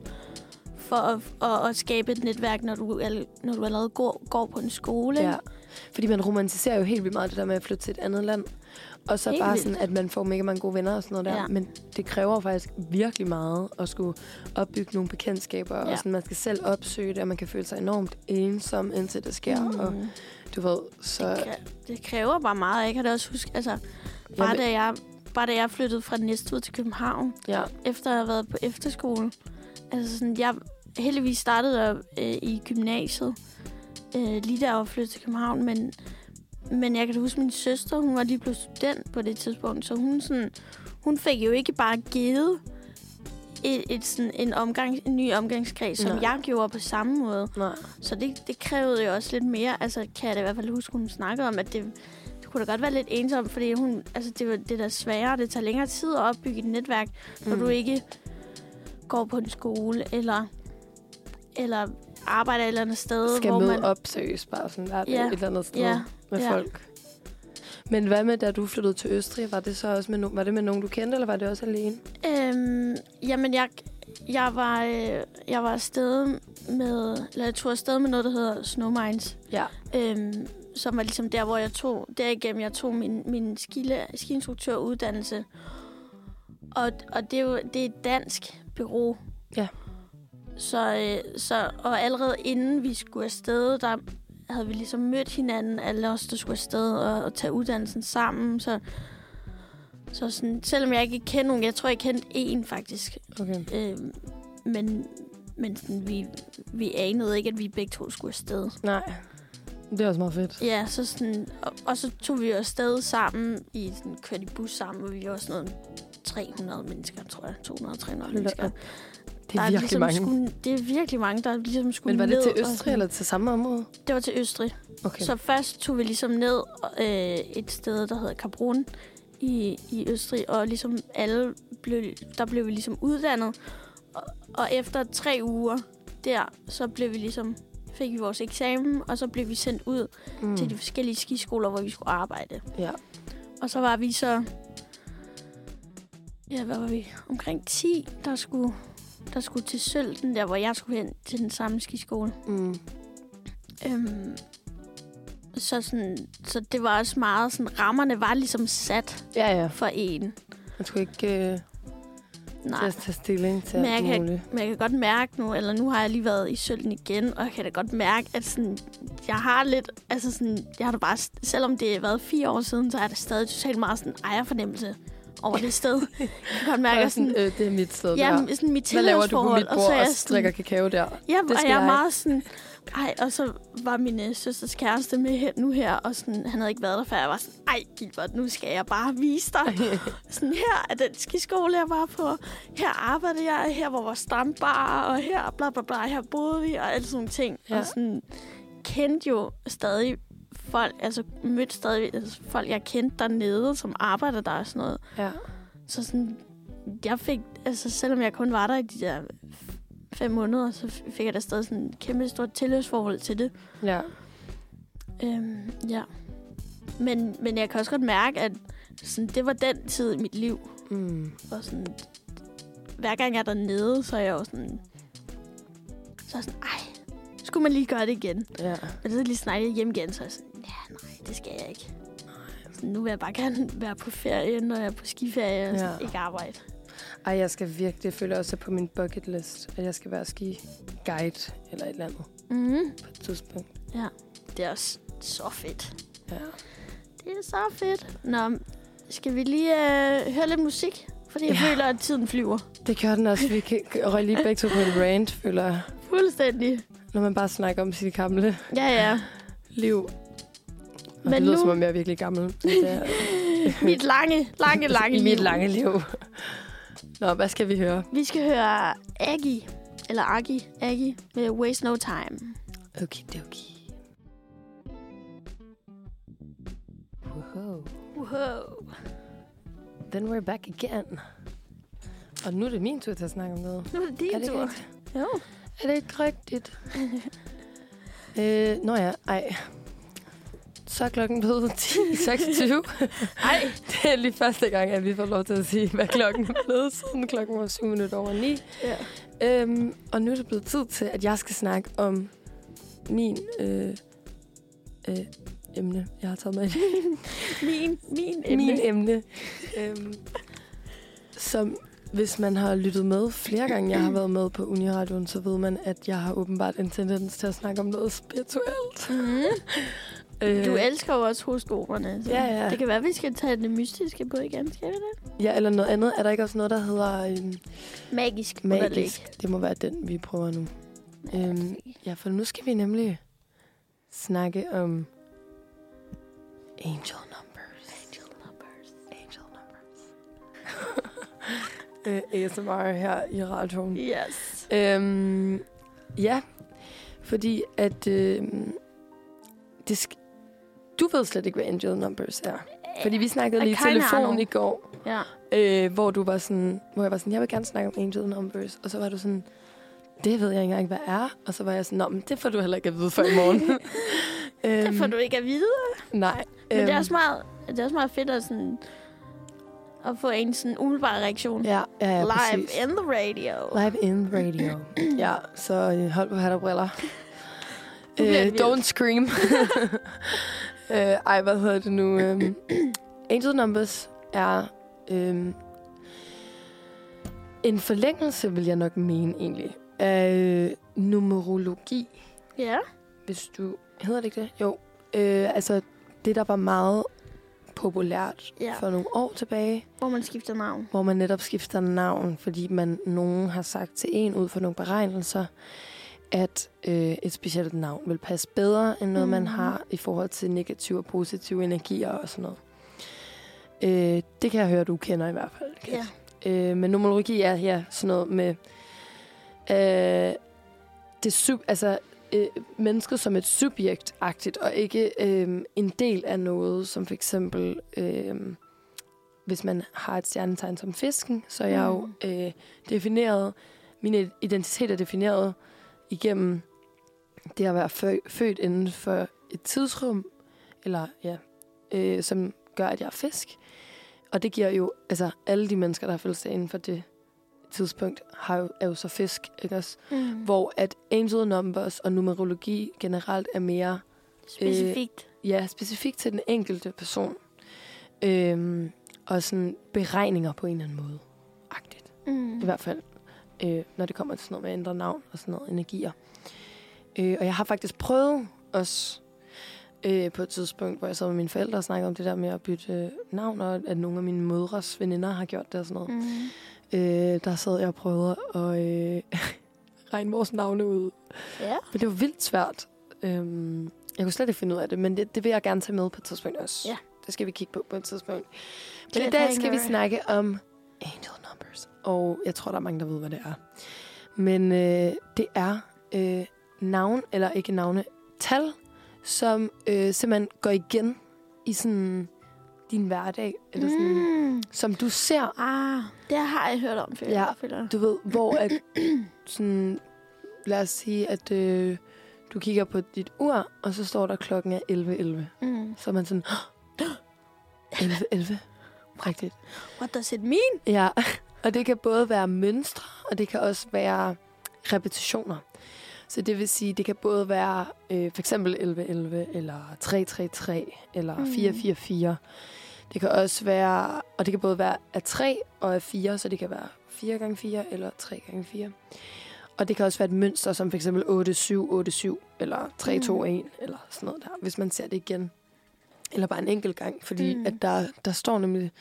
D: for at, at, at skabe et netværk, når du, al- når du allerede går, går på en skole.
C: Ja. Fordi man romantiserer jo helt vildt meget det der med at flytte til et andet land. Og så
D: Helt
C: bare
D: vildt.
C: sådan, at man får mega mange gode venner og sådan noget der. Ja.
D: Ja.
C: Men det kræver faktisk virkelig meget at skulle opbygge nogle bekendtskaber. Ja.
D: Ja.
C: Og sådan, man skal selv opsøge det, og man kan føle sig enormt ensom, indtil det sker. Mm. Og du ved, så...
D: Det, kræ- det kræver bare meget. Jeg kan da også huske, altså, bare,
C: Jamen-
D: da jeg, bare da jeg flyttede fra Næstved til København,
C: Ja,
D: efter at have været på efterskole. Altså sådan, jeg heldigvis startede jeg, øh, i gymnasiet, øh, lige da jeg var flyttet til København, men, men jeg kan da huske, min søster, hun var lige blevet student på det tidspunkt, så hun, sådan, hun fik jo ikke bare givet et, et sådan, en, omgang, en ny omgangskreds, som
C: Nej.
D: jeg gjorde på samme måde.
C: nej.
D: Så det, det krævede jo også lidt mere. Altså, kan jeg da i hvert fald huske, hun snakkede om, at det, det kunne da godt være lidt ensomt, fordi hun, altså, det, var- det er da sværere. Det tager længere tid at opbygge et netværk, når
C: Mm.
D: du ikke går på en skole, eller, eller arbejder et eller andet sted,
C: skal
D: hvor
C: med
D: man...
C: opsøges bare sådan der ja.
D: Ja.
C: et eller andet sted ja.
D: Ja.
C: med ja.
D: Ja.
C: folk. Men hvad med, da du flyttede til Østrig? Var det så også med, no- var det med nogen, du kendte, eller var det også alene?
D: Øhm, jamen, jeg, jeg, var, øh, jeg var afsted med... Eller jeg tog afsted med noget, der hedder Snowminds.
C: Ja.
D: Øhm, som var ligesom der, hvor jeg tog... Derigennem, jeg tog min, min skile, skiinstruktøruddannelse. Og, og det er jo det er et dansk bureau.
C: Ja.
D: Så, øh, så, og allerede inden vi skulle afsted, der havde vi ligesom mødt hinanden, alle os, der skulle afsted og, og tage uddannelsen sammen. Så, så sådan, selvom jeg ikke kendte nogen, jeg tror, jeg kendte én faktisk.
C: Okay.
D: Øh, men men sådan, vi, vi anede ikke, at vi begge to skulle afsted.
C: Nej. Det er også meget fedt.
D: Ja, så sådan, og, og så tog vi jo afsted sammen, i sådan, kørte i bus sammen, og vi var sådan noget 300 mennesker, tror jeg. 200-300
C: Hold da
D: mennesker.
C: op. Det er virkelig
D: ligesom
C: mange.
D: Skulle, det er virkelig mange, der ligesom skulle
C: Men var det
D: ned
C: til
D: og
C: Østrig
D: sådan-
C: eller til samme område?
D: Det var til Østrig.
C: Okay.
D: Så først tog vi ligesom ned øh, et sted, der hedder Kabrun i, i Østrig, og ligesom alle blev, der blev vi ligesom uddannet. Og, og efter tre uger der, så blev vi ligesom, fik vi vores eksamen, og så blev vi sendt ud
C: mm.
D: mm. til de forskellige skiskoler, hvor vi skulle arbejde.
C: Ja.
D: Og så var vi så, ja, hvad var vi, omkring 10, der skulle, der skulle til Sølten, der hvor jeg skulle hen til den samme skiskole.
C: Mm.
D: Øhm, så, sådan, så det var også meget sådan, rammerne var ligesom sat
C: Ja, ja.
D: for en.
C: Man skulle ikke øh,
D: Nej,
C: tage, tage stilling til
D: Men jeg
C: alt
D: kan-
C: muligt.
D: men jeg kan godt mærke nu, eller nu har jeg lige været i Sølten igen, og jeg kan da godt mærke, at sådan, jeg har lidt, altså sådan, jeg har da bare, selvom det har været fire år siden, så er det stadig totalt meget sådan ejerfornemmelse over det sted. Jeg kan godt mærke, at jeg
C: Og
D: er sådan,
C: sådan, øh, det er mit sted
D: ja,
C: der.
D: sådan mit
C: Hvad laver du på
D: tilhørsforhold,
C: mit bord
D: så
C: og,
D: er jeg
C: og strikker kakao der?
D: Ja,
C: Det
D: og
C: skal
D: jeg
C: jeg.
D: er meget sådan... Ej, og så var min øh, søsters kæreste med her, nu her, og sådan, han havde ikke været der før. Jeg var sådan, ej Gilbert, nu skal jeg bare vise dig. sådan, her er den skiskole, jeg var på. Her arbejdede jeg, her var vores stambar, og her bla bla bla, her boede vi, og alle sådan nogle ting.
C: Ja.
D: Ja. Og sådan, kendte jo stadig folk, altså mødte stadig altså, folk, jeg kendte dernede, som arbejder der og sådan noget.
C: Ja.
D: Så sådan, jeg fik, altså selvom jeg kun var der i de der f- fem måneder, så f- fik jeg da stadig sådan et kæmpe stort tilhørsforhold til det.
C: ja.
D: Øhm, ja. Men, men jeg kan også godt mærke, at sådan, det var den tid i mit liv.
C: Mm.
D: Og sådan, hver gang jeg er dernede, så er jeg jo sådan, så er jeg sådan, ej, skulle man lige gøre det igen.
C: ja.
D: Men så lige snart jeg er hjemme igen, så er jeg sådan, ja, nej, det skal jeg ikke. Sådan, nu vil jeg bare gerne være på ferie, når jeg er på skiferie, og sådan,
C: Ja.
D: ikke arbejde.
C: Ej, jeg skal virkelig, det føler jeg også er på min bucket list, at jeg skal være ski guide eller et eller andet
D: Mm.
C: på et tidspunkt.
D: Det er også så fedt.
C: Ja.
D: Det er så fedt. Nå, skal vi lige øh, høre lidt musik? Fordi jeg
C: Ja.
D: ja. føler, at tiden flyver.
C: Det gjorde den også. Vi kan- røg lige begge to på en rant, føler jeg.
D: Fuldstændig.
C: Når man bare snakker om sit gamle
D: Ja, ja.
C: liv. Og Men det
D: Men
C: lyder,
D: nu-
C: som om jeg er virkelig gammel. men Det er altså,
D: Mit lange, lange, lange
C: i
D: liv.
C: mit lange liv. Nå, hvad skal vi høre?
D: Vi skal høre Aggie, eller Aggie, Aggie med Waste No Time.
C: Okay, det er okay. Wow.
D: Wow.
C: Then we're back again. Og nu er det min tur til at snakke om noget.
D: Nu er det din
C: er det ikke
D: tur.
C: rigtigt?
D: Jo.
C: Er det ikke rigtigt? øh, nå ja, ej. Så er klokken blevet 10.26.
D: Ej,
C: Det er lige første gang, at vi får lov til at sige, hvad klokken er blevet, siden klokken var 7 minutter over 9.
D: Ja.
C: Øhm, og nu er det blevet tid til, at jeg skal snakke om min øh, øh, emne, jeg har taget med i dag.
D: min, min emne.
C: Min emne. øhm, som, hvis man har lyttet med flere gange, jeg har været med på Uniradioen, så ved man, at jeg har åbenbart en tendens til at snakke om noget spirituelt.
D: Mm.
C: Øh,
D: Du elsker jo også horoskoperne. Så
C: Ja, ja.
D: Det kan være, at vi skal tage det mystiske på igen. Skal vi det?
C: ja, eller noget andet. Er der ikke også noget, der hedder... Øhm,
D: Magisk. må der ligge.
C: Magisk. Det må være den, vi prøver nu. Øhm, ja, for nu skal vi nemlig snakke om angel numbers. Angel numbers. Angel numbers. øh, ASMR her i radioen.
D: Yes.
C: Øhm, ja, fordi at... øhm, det sk- du ved slet ikke, hvad angel numbers er. Fordi vi snakkede lige i
D: Kinda
C: telefon
D: Arno.
C: i går
D: Ja.
C: øh, hvor du var sådan, hvor jeg var sådan, jeg vil gerne snakke om Angel Numbers, og så var du sådan, det ved jeg ikke engang, hvad er, og så var jeg sådan, nå, men det får du heller ikke at vide før i morgen. øhm,
D: Det får du ikke at vide.
C: Nej.
D: Men det er
C: øhm,
D: også meget, det er også meget fedt at, sådan, at få en sådan umiddelbar reaktion.
C: Ja, ja, ja,
D: Live
C: præcis.
D: in the radio.
C: Live in radio. ja, så øh, hold på hat og briller.
D: Nu bliver
C: Øh,
D: det vildt.
C: don't scream. øh, ej, hvad hedder det nu? Øhm, Angel Numbers er øhm, en forlængelse, vil jeg nok mene egentlig, af øh, numerologi.
D: Ja.
C: Hvis du... Hedder det ikke det? Jo. Øh, altså, det der var meget populært
D: Ja.
C: for nogle år tilbage,
D: Hvor man skifter navn.
C: hvor man netop skifter navn, fordi man nogen har sagt til en ud fra nogle beregnelser, at øh, et specielt navn vil passe bedre end noget, mm. man
D: Mhm.
C: har i forhold til negative og positive energier og sådan noget. Øh, det kan jeg høre, du kender i hvert fald. Kat.
D: Ja.
C: Øh, men numerologi er her sådan noget med øh, det sub, altså, øh, mennesket som et subjekt-agtigt, og ikke øh, en del af noget, som for eksempel, øh, hvis man har et stjernetegn som fisken, så er jeg jo øh, defineret, min identitet er defineret igennem det at være fø- født inden for et tidsrum, eller ja, øh, som gør, at jeg er fisk. Og det giver jo, altså alle de mennesker, der har fødselsdag inden for det tidspunkt, har jo, er jo så fisk, ikke også?
D: Mm.
C: Hvor at angel numbers og numerologi generelt er mere
D: Specifikt.
C: ja, specifikt til den enkelte person. Øhm, og sådan beregninger på en eller anden måde. Agtigt.
D: mm.
C: I hvert fald, øh, når det kommer til sådan noget med at ændre navn og sådan noget, energier. Øh, og jeg har faktisk prøvet også øh, på et tidspunkt, hvor jeg sad med mine forældre og snakkede om det der med at bytte øh, navn, og at nogle af mine mødres veninder har gjort det og sådan noget.
D: Mm.
C: Øh, der sad jeg og prøvede at øh, regne vores navne ud.
D: Ja.
C: Men det var vildt svært. Øhm, jeg kunne slet ikke finde ud af det, men det, det vil jeg gerne tage med på et tidspunkt også.
D: Ja.
C: Det skal vi kigge på på et tidspunkt. Men i dag skal vi
D: Cliffhanger.
C: snakke om angel numbers. Og jeg tror, der er mange, der ved, hvad det er. Men øh, det er øh, navn, eller ikke navne, tal, som øh, simpelthen går igen i sådan din hverdag, eller sådan, mm.
D: Mm.
C: som du ser
D: Ah, det har jeg hørt om før.
C: Ja.
D: jeg føler.
C: du ved, hvor at sådan, lad os sige, at øh, du kigger på dit ur, og så står der klokken er 11.11.
D: Mm.
C: Så er man sådan, 11.11. Rigtigt.
D: What does it mean?
C: Ja, og det kan både være mønstre, og det kan også være repetitioner. Så det vil sige, det kan både være øh, for eksempel 1111, eller 333, eller
D: Mm.
C: 444. Det kan også være, og det kan både være af 3 og af 4, så det kan være 4 gange 4 eller 3 gange 4. Og det kan også være et mønster, som for eksempel 8787, eller 321, mm. eller sådan noget der, hvis man ser det igen. Eller bare en enkelt gang, fordi
D: Mm.
C: mm. at der, der står nemlig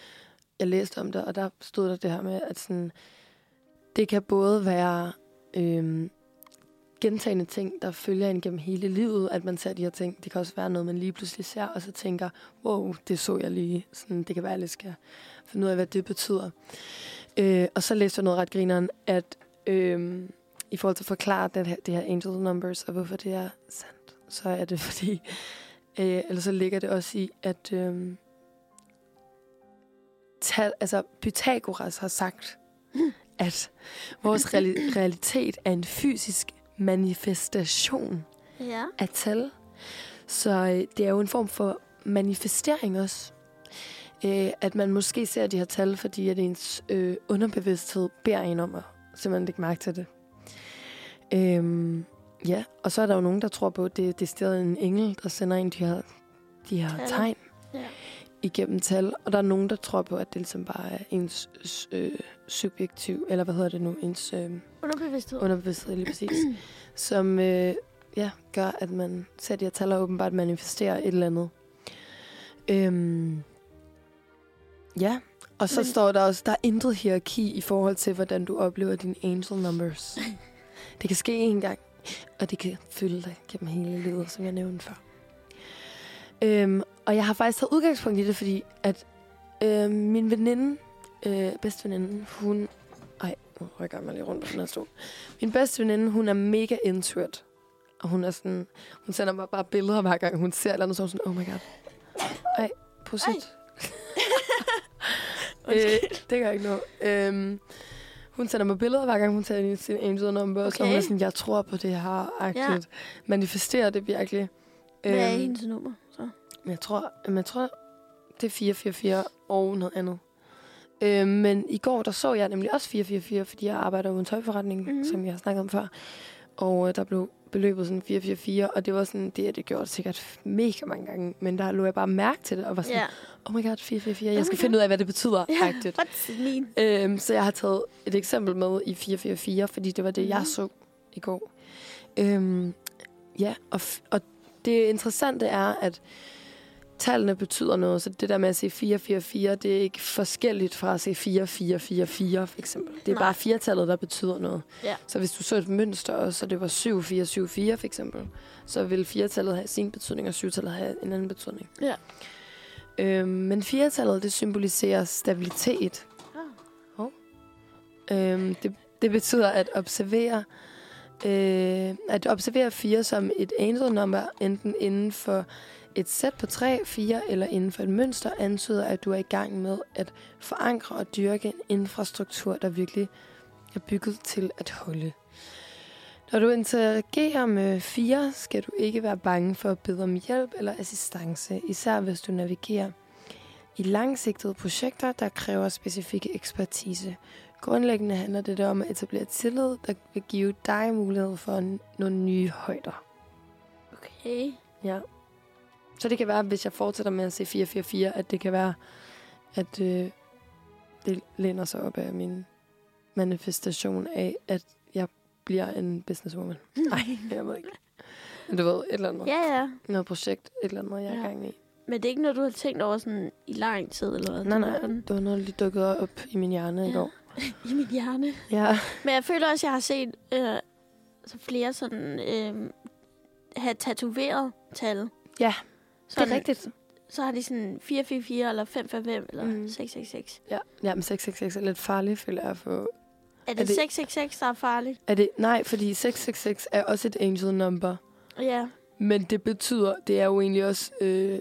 C: jeg læste om det, og der stod der det her med, at sådan, det kan både være øhm, gentagende ting, der følger en gennem hele livet, at man ser de her ting. Det kan også være noget, man lige pludselig ser, og så tænker, wow, det så jeg lige. Sådan, det kan være, at jeg skal finde ud af, hvad det betyder. Øh, og så læste jeg noget ret grineren, at øhm, i forhold til at forklare det her, det her angel numbers, og hvorfor det er sandt, så er det fordi, øh, eller så ligger det også i, at... Øhm, tal, altså Pythagoras har sagt, at vores reali- realitet er en fysisk manifestation
D: Ja.
C: af tal. Så øh, det er jo en form for manifestering også. Øh, at man måske ser de her tal, fordi at ens øh, underbevidsthed beder en om at simpelthen lægge mærke til det. Øhm, ja, og så er der jo nogen, der tror på, at det, det er stedet en engel, der sender en de her, de her
D: Tal.
C: tegn
D: Ja.
C: igennem tal, og der er nogen, der tror på, at det ligesom bare er ens øh, subjektiv, eller hvad hedder det nu, ens øh,
D: Underbevidsthed.
C: underbevidsthed lige præcis, som øh, ja, gør, at man ser de her tal og åbenbart manifesterer et eller andet. Øhm, ja, og så
D: Men-
C: Men... står der også, der er intet hierarki i forhold til, hvordan du oplever dine angel numbers. det kan ske én gang, og det kan følge dig gennem hele livet, som jeg nævnte før. Øhm, og jeg har faktisk taget udgangspunkt i det, fordi at øh, min veninde, øh, bedste veninde, hun... Ej, nu rykker jeg mig lige rundt på den her stol. Min bedste veninde, hun er mega into it. Og hun er sådan... Hun sender mig bare billeder, hver gang hun ser et eller andet, så er hun sådan, oh my god. Ej, prosit. øh, det gør ikke noget. Øhm, hun sender mig billeder, hver gang hun tager sin angel number, okay. så hun
D: Okay.
C: er sådan, jeg tror på det her, agtigt.
D: Ja.
C: Ja. Manifesterer det virkelig.
D: Hvad er
C: Øhm,
D: hendes nummer? Så?
C: men Jeg tror, men jeg tror det er 444 og noget andet. Øh, men i går, der så jeg nemlig også 444, fordi jeg arbejder jo i en tøjforretning,
D: Mhm.
C: mm-hmm. som jeg har snakket om før. Og øh, der blev beløbet sådan 444, og det var sådan, det har det gjort sikkert mega mange gange. Men der lå jeg bare mærke til det, og var sådan,
D: Ja.
C: yeah. oh my god, 444,
D: Oh my
C: jeg skal
D: god.
C: finde ud af, hvad det betyder.
D: Ja,
C: agtigt.
D: what does it mean?
C: Øhm, så jeg har taget et eksempel med i 444, fordi det var det, mm. jeg så i går. Øhm, ja, og, f- og det interessante er, at tallene betyder noget, så det der med at se 444, det er ikke forskelligt fra at se 4444 for eksempel. Det er
D: Nej.
C: Nej. bare firetallet, der betyder noget.
D: Ja.
C: Så hvis du så et mønster også, og det var 7474 for eksempel, så vil firetallet have sin betydning, og syvtallet have en anden betydning.
D: Ja.
C: Øhm, men firetallet, det symboliserer stabilitet. Øhm, det, det betyder at observere øh, at observere fire som et angel number, enten inden for et sæt på tre, fire eller inden for et mønster, antyder, at du er i gang med at forankre og dyrke en infrastruktur, der virkelig er bygget til at holde. Når du interagerer med fire, skal du ikke være bange for at bede om hjælp eller assistance, især hvis du navigerer i langsigtede projekter, der kræver specifikke ekspertise. Grundlæggende handler det der om at etablere tillid, der vil give dig mulighed for n- nogle nye højder.
D: Okay.
C: Ja. Så det kan være, hvis jeg fortsætter med at se 444, at det kan være, at øh, det læner sig op af min manifestation af, at jeg bliver en businesswoman. Nej, jeg ved ikke. Du ved, et eller andet.
D: Ja, ja.
C: Noget projekt, et eller andet, jeg er i
D: Ja.
C: gang i.
D: Men det er ikke noget, du har tænkt over sådan i lang tid, eller hvad?
C: Nej,
D: Det er
C: nej.
D: sådan
C: Det var noget, der lige dukkede op i min hjerne i
D: Ja.
C: går.
D: I mit hjerne.
C: Ja.
D: Men jeg føler også, at jeg har set øh, så flere sådan øh, have tatoveret tal.
C: Ja, Det
D: sådan,
C: er rigtigt.
D: Så har de sådan 444 eller 555 eller
C: Mhm.
D: mm. 666.
C: Ja, ja men 666 er lidt farlig, føler jeg. For...
D: Er det,
C: Er det-
D: 666, der er farligt?
C: Er det... Nej, fordi 666 er også et angel number.
D: Ja,
C: Men det betyder, det er jo egentlig også, øh,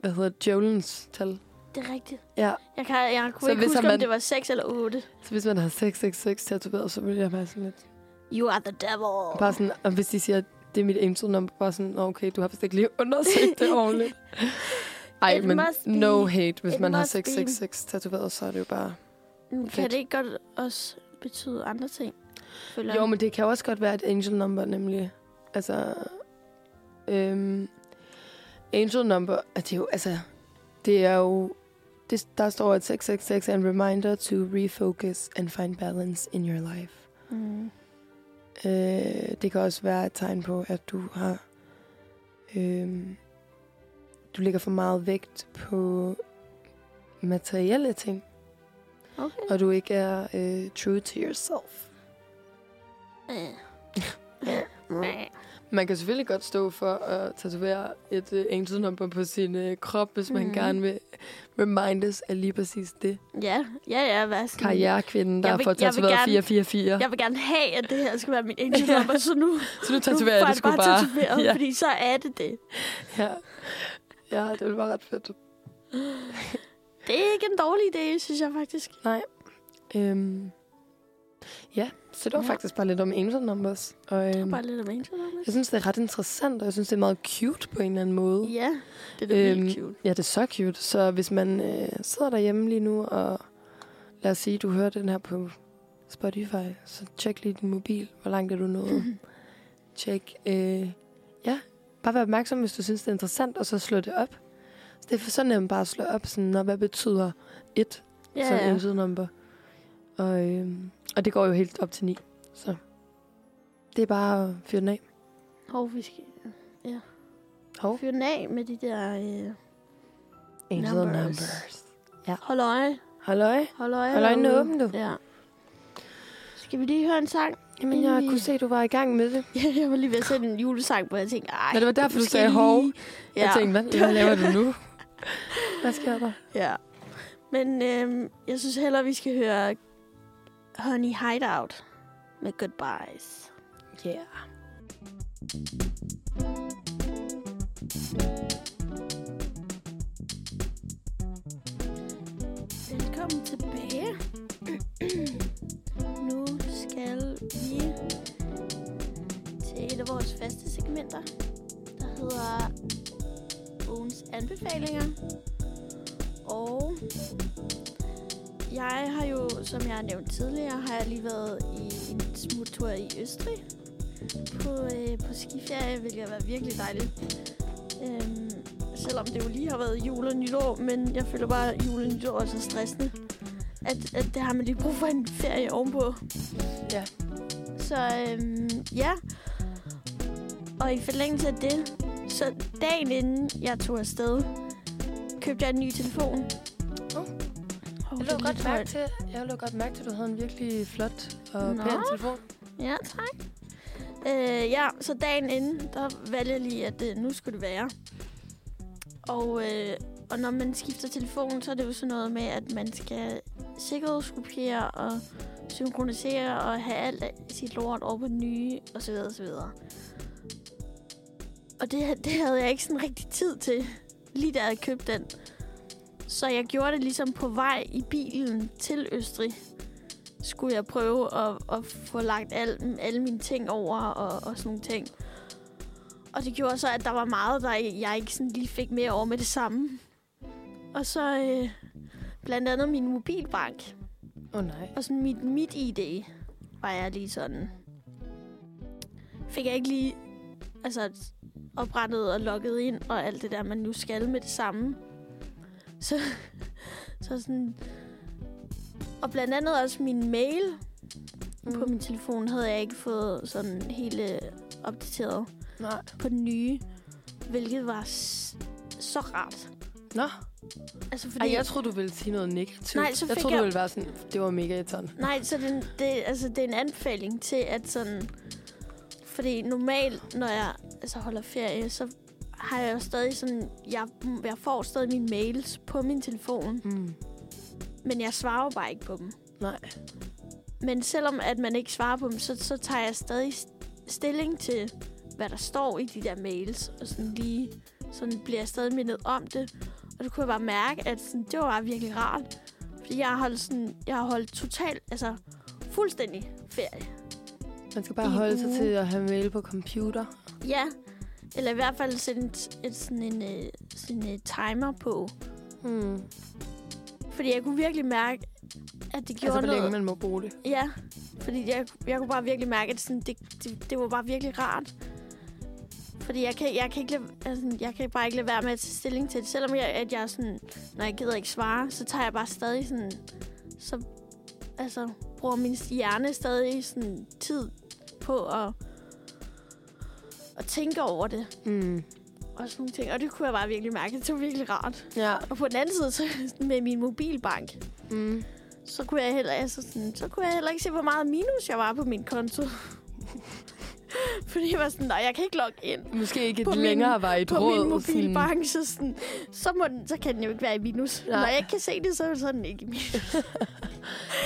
C: hvad hedder det, djævelens tal.
D: det er rigtigt.
C: Ja,
D: Jeg, kan, jeg kunne
C: Så
D: så ikke
C: hvis
D: huske,
C: man-
D: man... om det var 6 eller 8.
C: så hvis man har 666 tatoveret, så vil jeg bare sådan lidt...
D: You are the devil.
C: Bare sådan, og hvis de siger, det er mit angel number, bare sådan, "Nå, okay, du har vist ikke lige undersøgt det ordentligt. Ej,
D: It
C: men
D: must be.
C: no hate, hvis
D: It
C: man har
D: must be.
C: 666 tatoveret, så er det jo bare...
D: Men
C: fedt.
D: Kan det ikke godt også betyde andre ting? Føler
C: Jo,
D: jeg.
C: men det kan også godt være et angel number, nemlig. Altså, øhm, angel number, at det er jo, altså, det er jo, det, der står at 666 er en reminder to refocus and find balance in your life.
D: Mm.
C: Øh, det kan også være et tegn på, at du har, øhm, du lægger for meget vægt på materielle ting,
D: Okay.
C: og du ikke er øh, true to yourself.
D: Øh. Nej.
C: Man kan selvfølgelig godt stå for at tatovere et uh, angel number på sin uh, krop, hvis man
D: Mhm.
C: gerne vil remindes af lige præcis det.
D: Ja, ja, ja. Hvad sådan...
C: Karrierekvinden, der
D: Jeg vil-
C: får
D: jeg vil
C: tatoveret
D: gerne-
C: 444.
D: Jeg vil gerne have, at det her skal være mit angel number, så nu,
C: Så nu
D: nu
C: tatoverer jeg det
D: det
C: sgu bare.
D: bare tatoveret,
C: Ja.
D: ja. fordi så er det det.
C: Ja. ja, det ville være ret fedt.
D: Det er ikke en dårlig idé, synes jeg faktisk.
C: Øhm. Ja, så det var
D: Ja.
C: ja. faktisk bare lidt om angel numbers. Og, øhm,
D: Bare lidt om angel number.
C: jeg synes, det er ret interessant, og jeg synes, det er meget cute på en eller anden måde.
D: Ja, det er da
C: Øhm,
D: vildt cute.
C: Ja, det er så cute. Så hvis man øh, sidder derhjemme lige nu, og lad os sige, du hører den her på Spotify, så tjek lige din mobil. Hvor langt er du nået? tjek. Øh, ja, bare vær opmærksom, hvis du synes, det er interessant, og så slå det op. Så det er for så nemt bare at slå op, sådan, når hvad betyder et
D: Ja,
C: som
D: ja.
C: yeah. number. Og, øh, og det går jo helt op til ni. Så det er bare at fyre den af.
D: Hov, vi skal ja.
C: Hov.
D: fyre den af med de der... Øh,
C: Angel
D: Numbers.
C: numbers.
D: hold øje,
C: Halløj.
D: hold øje.
C: Hold øjnene
D: derude.
C: åbne, du.
D: Ja. Skal vi lige høre en sang?
C: Jamen, jeg kunne se, at du var i gang med det.
D: Ja, jeg var lige ved at sætte en julesang på, og jeg tænkte, ej.
C: Men det var derfor, du
D: måske
C: sagde hov.
D: lige- Ja.
C: Ja. Jeg tænkte, hvad, hvad laver du nu? Hvad sker der?
D: Ja. Men øhm, jeg synes hellere, vi skal høre Honey Hideout med Goodbyes.
C: Yeah.
D: Velkommen tilbage. nu skal vi til et af vores faste segmenter, der hedder ugens anbefalinger. Og jeg har jo, som jeg har nævnt tidligere, har jeg lige været i en smuttur i Østrig på, øh, på skiferie, hvilket har været virkelig dejligt. Øhm, selvom det jo lige har været jul og nytår, men jeg føler bare, at jul og nytår er så stressende, at, at det har man lige brug for en ferie ovenpå.
C: Ja.
D: Så øhm, ja, og i forlængelse af det, så dagen inden jeg tog afsted, købte jeg en ny telefon.
C: Åh.
D: Oh,
C: Jeg lå, godt mærke til, jeg lå godt mærke til, at du havde en virkelig flot og
D: Nå.
C: pæn telefon.
D: Ja, tak. Øh, ja, så dagen inden, der valgte jeg lige, at øh, nu skulle det være. Og, øh, og når man skifter telefon, så er det jo sådan noget med, at man skal sikkerhedskopiere og synkronisere og have alt af sit lort over på den nye, osv. osv. Og det, det havde jeg ikke sådan rigtig tid til, lige da jeg havde købt den. Så jeg gjorde det ligesom på vej i bilen til Østrig skulle jeg prøve at, at få lagt al, alle mine ting over og, og sådan nogle ting. Og det gjorde så, at der var meget, der jeg ikke sådan lige fik mere over med det samme. Og så øh, blandt andet min mobilbank
C: Åh oh, nej.
D: og sådan mit, mit ID var jeg lige sådan... Fik jeg ikke lige altså, oprettet og logget ind og alt det der, man nu skal med det samme. Så, så sådan... Og blandt
C: Mm.
D: andet også min mail mm. på min telefon havde jeg ikke fået sådan hele opdateret
C: Nej.
D: på den nye, hvilket var s- så rart.
C: Nå.
D: Altså, fordi,
C: Ej, jeg troede, du ville sige noget negativt.
D: Nej, så
C: jeg
D: fik
C: troede,
D: jeg-
C: du ville være sådan, det var mega irriterende.
D: Nej, så den, det, altså, det er en anbefaling til, at sådan... Fordi normalt, når jeg altså, holder ferie, så har jeg jo stadig sådan... Jeg, jeg får stadig mine mails på min telefon,
C: Mm.
D: men jeg svarer jo bare ikke på dem.
C: Nej.
D: Men selvom at man ikke svarer på dem, så, så tager jeg stadig stilling til, hvad der står i de der mails. Og
C: Mm.
D: sådan lige sådan bliver jeg stadig mindet om det. Og det kunne jeg bare mærke, at sådan, det var bare virkelig rart. Fordi jeg har holdt, sådan, jeg har holdt totalt, altså fuldstændig ferie.
C: Man skal bare
D: I en
C: holde sig
D: uge.
C: til at have mail på computer.
D: Ja, eller i hvert fald sætte et, et, sådan en øh, sådan en øh, timer på.
C: Mm.
D: Fordi jeg kunne virkelig mærke, at det gjorde
C: Altså, hvor
D: noget.
C: længe man må bruge det.
D: Ja, fordi jeg, jeg kunne bare virkelig mærke, at sådan, det, det, det var bare virkelig rart. Fordi jeg kan, jeg, kan ikke, lade- altså, jeg kan bare ikke lade være med at tage stilling til det. Selvom jeg, at jeg er sådan, når jeg gider ikke svare, så tager jeg bare stadig sådan... Så altså, bruger min hjerne stadig sådan tid på at, at tænke over det.
C: Mm.
D: Og sådan nogle ting. Og det kunne jeg bare virkelig mærke. Det var virkelig rart.
C: Ja.
D: Og på den anden side, så med min mobilbank,
C: Mm.
D: så kunne jeg heller, altså sådan, så kunne jeg heller ikke se, hvor meget minus jeg var på min konto. Fordi jeg var sådan, nej, jeg kan ikke logge ind
C: Måske ikke
D: På
C: et
D: min-
C: længere var et
D: på
C: råd.
D: min
C: sådan-
D: mobilbank, så, sådan, så, må den, så kan den jo ikke være i minus.
C: Nej.
D: Nej. Når jeg ikke kan se det, så er sådan ikke i minus.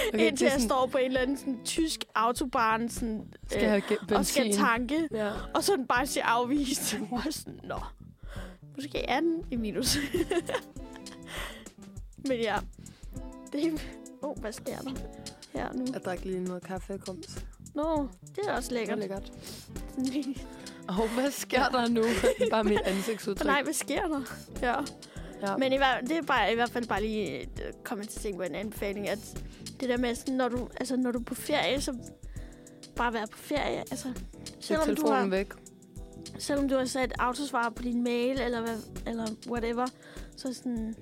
C: Okay,
D: Okay, Indtil
C: det er
D: jeg
C: sådan,
D: står på en eller anden sådan, tysk autobahn sådan,
C: Skal
D: øh,
C: have ge- benzin.
D: og skal tanke,
C: Ja.
D: og så den bare siger afvist. Og jeg er sådan, nå, måske er den i minus. Men ja, det er... Åh, oh, hvad sker der her nu?
C: Jeg drak lige noget kaffe og kums.
D: Nå, det er også
C: Det var
D: lækkert.
C: lækkert. Og hvad sker der nu? Bare mit
D: For
C: ansigtsudtryk.
D: nej, hvad sker der? Ja.
C: Ja.
D: Men i hver, det er bare, i hvert fald bare lige øh, kommer til at tænke på en anbefaling, at det der med, sådan, når, du, altså, når du er på ferie, så bare være på ferie. Altså,
C: Sæt
D: selvom, du
C: telefonen
D: har,
C: væk.
D: selvom du har sat autosvar på din mail, eller, hvad, eller whatever, så sådan,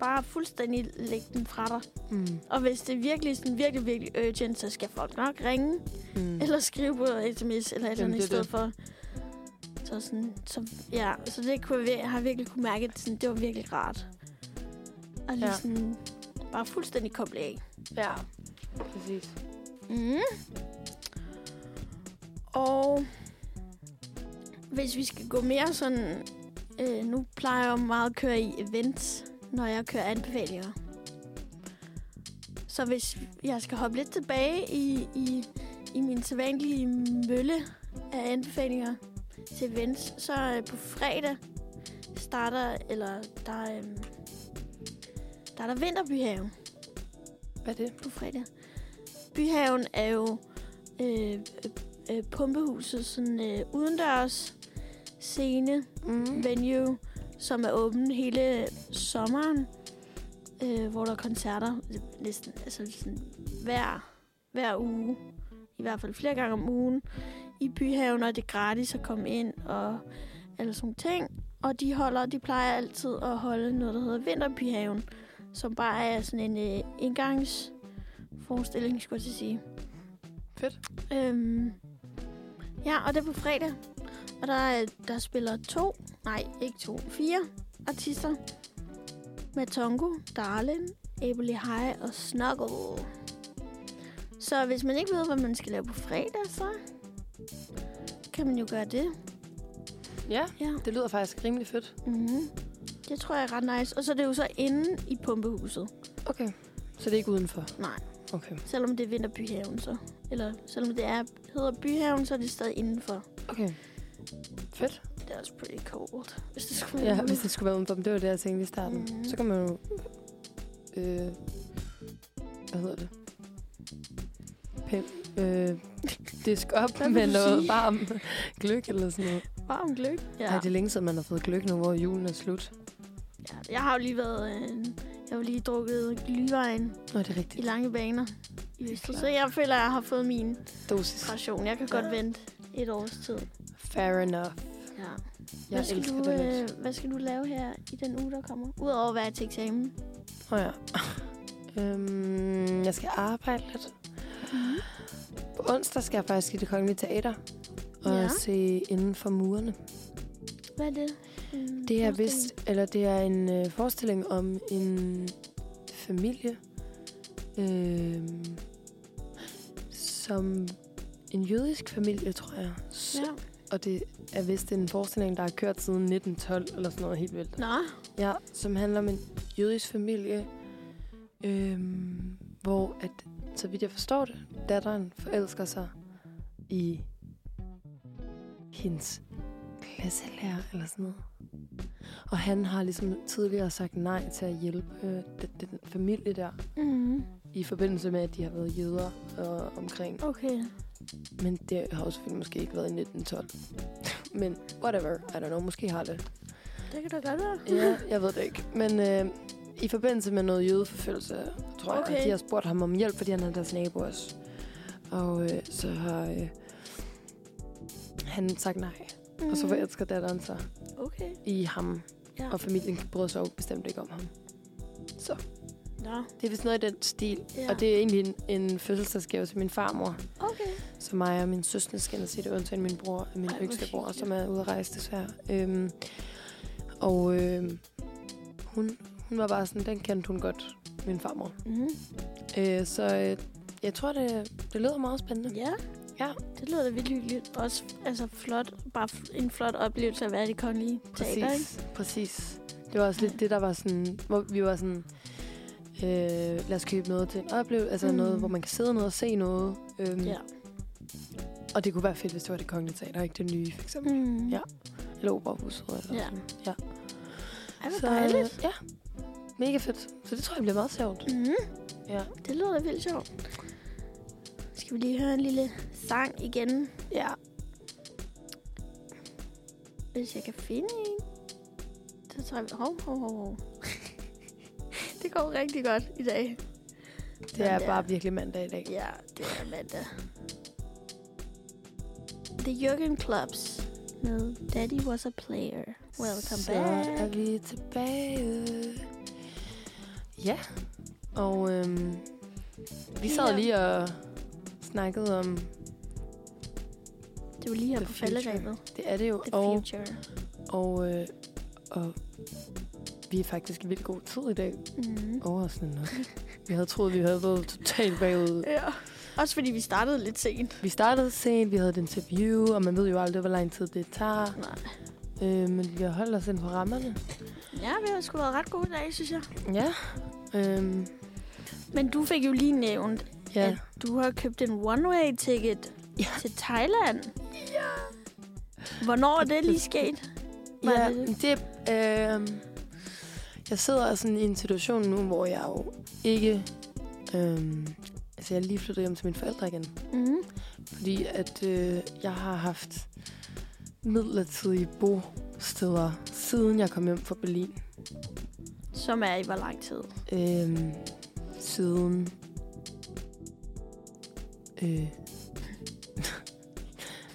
D: bare fuldstændig læg den fra dig.
C: Mm.
D: Og hvis det er virkelig, sådan, virkelig, virkelig urgent, så skal folk nok ringe.
C: Mm.
D: Eller skrive på sms eller et eller
C: Jamen,
D: andet i
C: det er
D: stedet
C: det.
D: for. Så, sådan, så, ja, så det kunne jeg, vir- har jeg virkelig kunne mærke, at sådan, det var virkelig rart. Og lige
C: Ja.
D: ja. sådan, bare fuldstændig koble af.
C: Ja. Præcis.
D: Mm. Og hvis vi skal gå mere sådan... Øh, nu plejer jeg jo meget at køre i events, når jeg kører anbefalinger. Så hvis jeg skal hoppe lidt tilbage i, i, i min sædvanlige mølle af anbefalinger til events, så øh, på fredag starter, eller der, øh, der er der Vinterbyhaven
C: Hvad er det?
D: på fredag. Byhaven er jo øh, øh, øh, pumpehuset, sådan øh, udendørs scene,
C: Mm.
D: venue, som er åben hele sommeren, øh, hvor der er koncerter næsten altså sådan, hver, hver uge, i hvert fald flere gange om ugen i Byhaven, og det er gratis at komme ind og alle sådan nogle ting. Og de holder, de plejer altid at holde noget, der hedder Vinterbyhaven, som bare er sådan en øh, indgangsforestilling, skulle jeg til at sige.
C: Fedt.
D: Øhm, ja, og det er på fredag. Og der, er- der spiller to, nej, ikke to, fire artister. Med Tongo, Darlin, Abel High og Snuggle. Så hvis man ikke ved, hvad man skal lave på fredag, så kan man jo gøre det.
C: Ja.
D: Ja.
C: Det lyder faktisk rimelig fedt.
D: Mm-hmm. Det tror jeg er ret nice. Og så er det jo så inde i pumpehuset.
C: Okay. Så det er ikke udenfor?
D: Nej.
C: Okay.
D: Selvom det er Vinterbyhaven så. Eller selvom det er, hedder Byhaven, så er det stadig indenfor.
C: Okay. Fedt.
D: Det er også pretty cold. Hvis det skulle
C: Ja,
D: være
C: hvis det skulle være udenfor, men det var det, jeg tænkte i starten. Mm.
D: Mhm.
C: Så kan man jo... Øh, hvad hedder det? Pæm, øh, disk op
D: Hvad vil
C: med
D: du
C: noget
D: sige?
C: varm gløk eller sådan noget.
D: varm gløk. Ja.
C: Ja. Ej, det er længe siden, man har fået gløk nu, hvor julen er slut.
D: ja. Jeg har jo lige været... Øh, jeg har jo lige drukket glyvejen
C: Nå, det er
D: i
C: rigtigt.
D: lange baner. i
C: er
D: Østrig.
C: klart.
D: Så jeg føler, at jeg har fået min
C: Dosis.
D: ration. Jeg kan godt vente et års tid.
C: Fair enough.
D: Ja.
C: Jeg
D: Hvad skal,
C: elsker
D: du,
C: det lidt.
D: øh, hvad skal du lave her i den uge, der kommer? Udover at være til eksamen.
C: Åh oh, ja.
D: Mhm.
C: øhm, jeg skal arbejde lidt. På onsdag skal jeg faktisk i det kongelige teater og
D: Ja.
C: ja. se inden for murene.
D: Hvad er det? Mm,
C: Det er vist, eller det er en øh, forestilling om en familie, øh, som en jødisk familie, tror jeg. S-
D: Ja.
C: Og det er vist en forestilling, der har kørt siden 1912, eller sådan noget helt vildt.
D: Nå,
C: Ja, som handler om en jødisk familie, øhm, hvor, at, så vidt jeg forstår det, datteren forelsker sig i hendes klasselærer eller sådan noget. Og han har ligesom tidligere sagt nej til at hjælpe øh, den, den familie der, Mhm.
D: mm,
C: i forbindelse med, at de har været jøder og omkring.
D: okay.
C: Men det har også selvfølgelig måske ikke været i 1912. Men whatever, I don't know, måske har det.
D: Det kan da godt være.
C: Ja, jeg ved det ikke. Men øh, i forbindelse med noget jødeforfølgelse, tror okay. jeg,
D: Okay.
C: at de har spurgt ham om hjælp, fordi han er deres nabo også. Og øh, så har øh, han sagt nej. Mm. Og
D: Mhm.
C: så forelsker datteren sig
D: Okay.
C: i ham.
D: Ja.
C: Ja. Og familien brød sig jo bestemt ikke om ham.
D: Nå,
C: Det er vist noget i den stil.
D: ja.
C: Ja. Og det er egentlig en, en fødselsdagsgave til min farmor.
D: Okay.
C: Så mig og min søster skal ind og se det, undtagen min bror, øh, min
D: Ej, hvor
C: yngste bror,
D: hyggeligt.
C: som er ude at rejse desværre. Øhm, og øhm, hun, hun var bare sådan, den kendte hun godt, min farmor.
D: Mm.
C: Øh, så øh, jeg tror, det, det lyder meget spændende.
D: Ja.
C: Ja.
D: Det lyder da vildt hyggeligt. Også altså, flot, bare f- en flot oplevelse at være i det kongelige teater, ikke?
C: Præcis, præcis. Det var også lidt det, der var sådan, hvor vi var sådan, øh, lad os købe noget til en oplevelse, altså
D: Mm.
C: mm. noget, hvor man kan sidde ned og se noget. Øhm,
D: Ja.
C: Og det kunne være fedt, hvis det var det kongelige teater, ikke det nye, for eksempel.
D: Mm.
C: Ja. Eller operahuset, eller
D: Ja.
C: sådan. Ja.
D: Ej, hvor dejligt.
C: øh, Ja, mega fedt. Så det tror jeg bliver meget sjovt.
D: Mm.
C: Ja.
D: Det lyder da vildt sjovt. Skal vi lige høre en lille sang igen?
C: Ja.
D: Hvis jeg kan finde en. Så tror jeg, vi... Hov, hov, hov, hov. det går rigtig godt i dag.
C: Det er
D: Mandag.
C: bare virkelig mandag i dag.
D: Ja, det er mandag. The Jürgen Clubs med Daddy Was A Player. Welcome
C: Så
D: back.
C: er vi tilbage. Ja. Og øhm, vi sad
D: Ja.
C: lige og snakkede om,
D: Det var lige her
C: The
D: på
C: Future. Oh.
D: falderæbet.
C: det er det jo,
D: The
C: og,
D: Future.
C: og, øh, og vi er faktisk i vildt god tid i dag.
D: Mm.
C: Overraskende nok. Vi havde troet, vi havde været totalt bagud.
D: Ja. Også fordi vi startede lidt sent.
C: Vi startede sent, vi havde et interview, og man ved jo aldrig, hvor lang tid det tager.
D: Nej.
C: Øh, men vi har holdt os inden for rammerne.
D: Ja, vi har sgu været ret gode i dag, synes jeg.
C: Ja. Øhm,
D: Men du fik jo lige nævnt,
C: ja.
D: at du har købt en one-way-ticket
C: Ja.
D: til Thailand. Ja. Hvornår er det lige sket? Var
C: ja,
D: det
C: det, øhm, jeg sidder sådan i en situation nu, hvor jeg jo ikke... Øhm, altså, jeg er lige flyttet hjem til mine forældre igen.
D: Mm.
C: Fordi at øh, jeg har haft midlertidige bosteder, siden jeg kom hjem fra Berlin.
D: Som er i hvor lang tid?
C: Øhm, siden... Øh,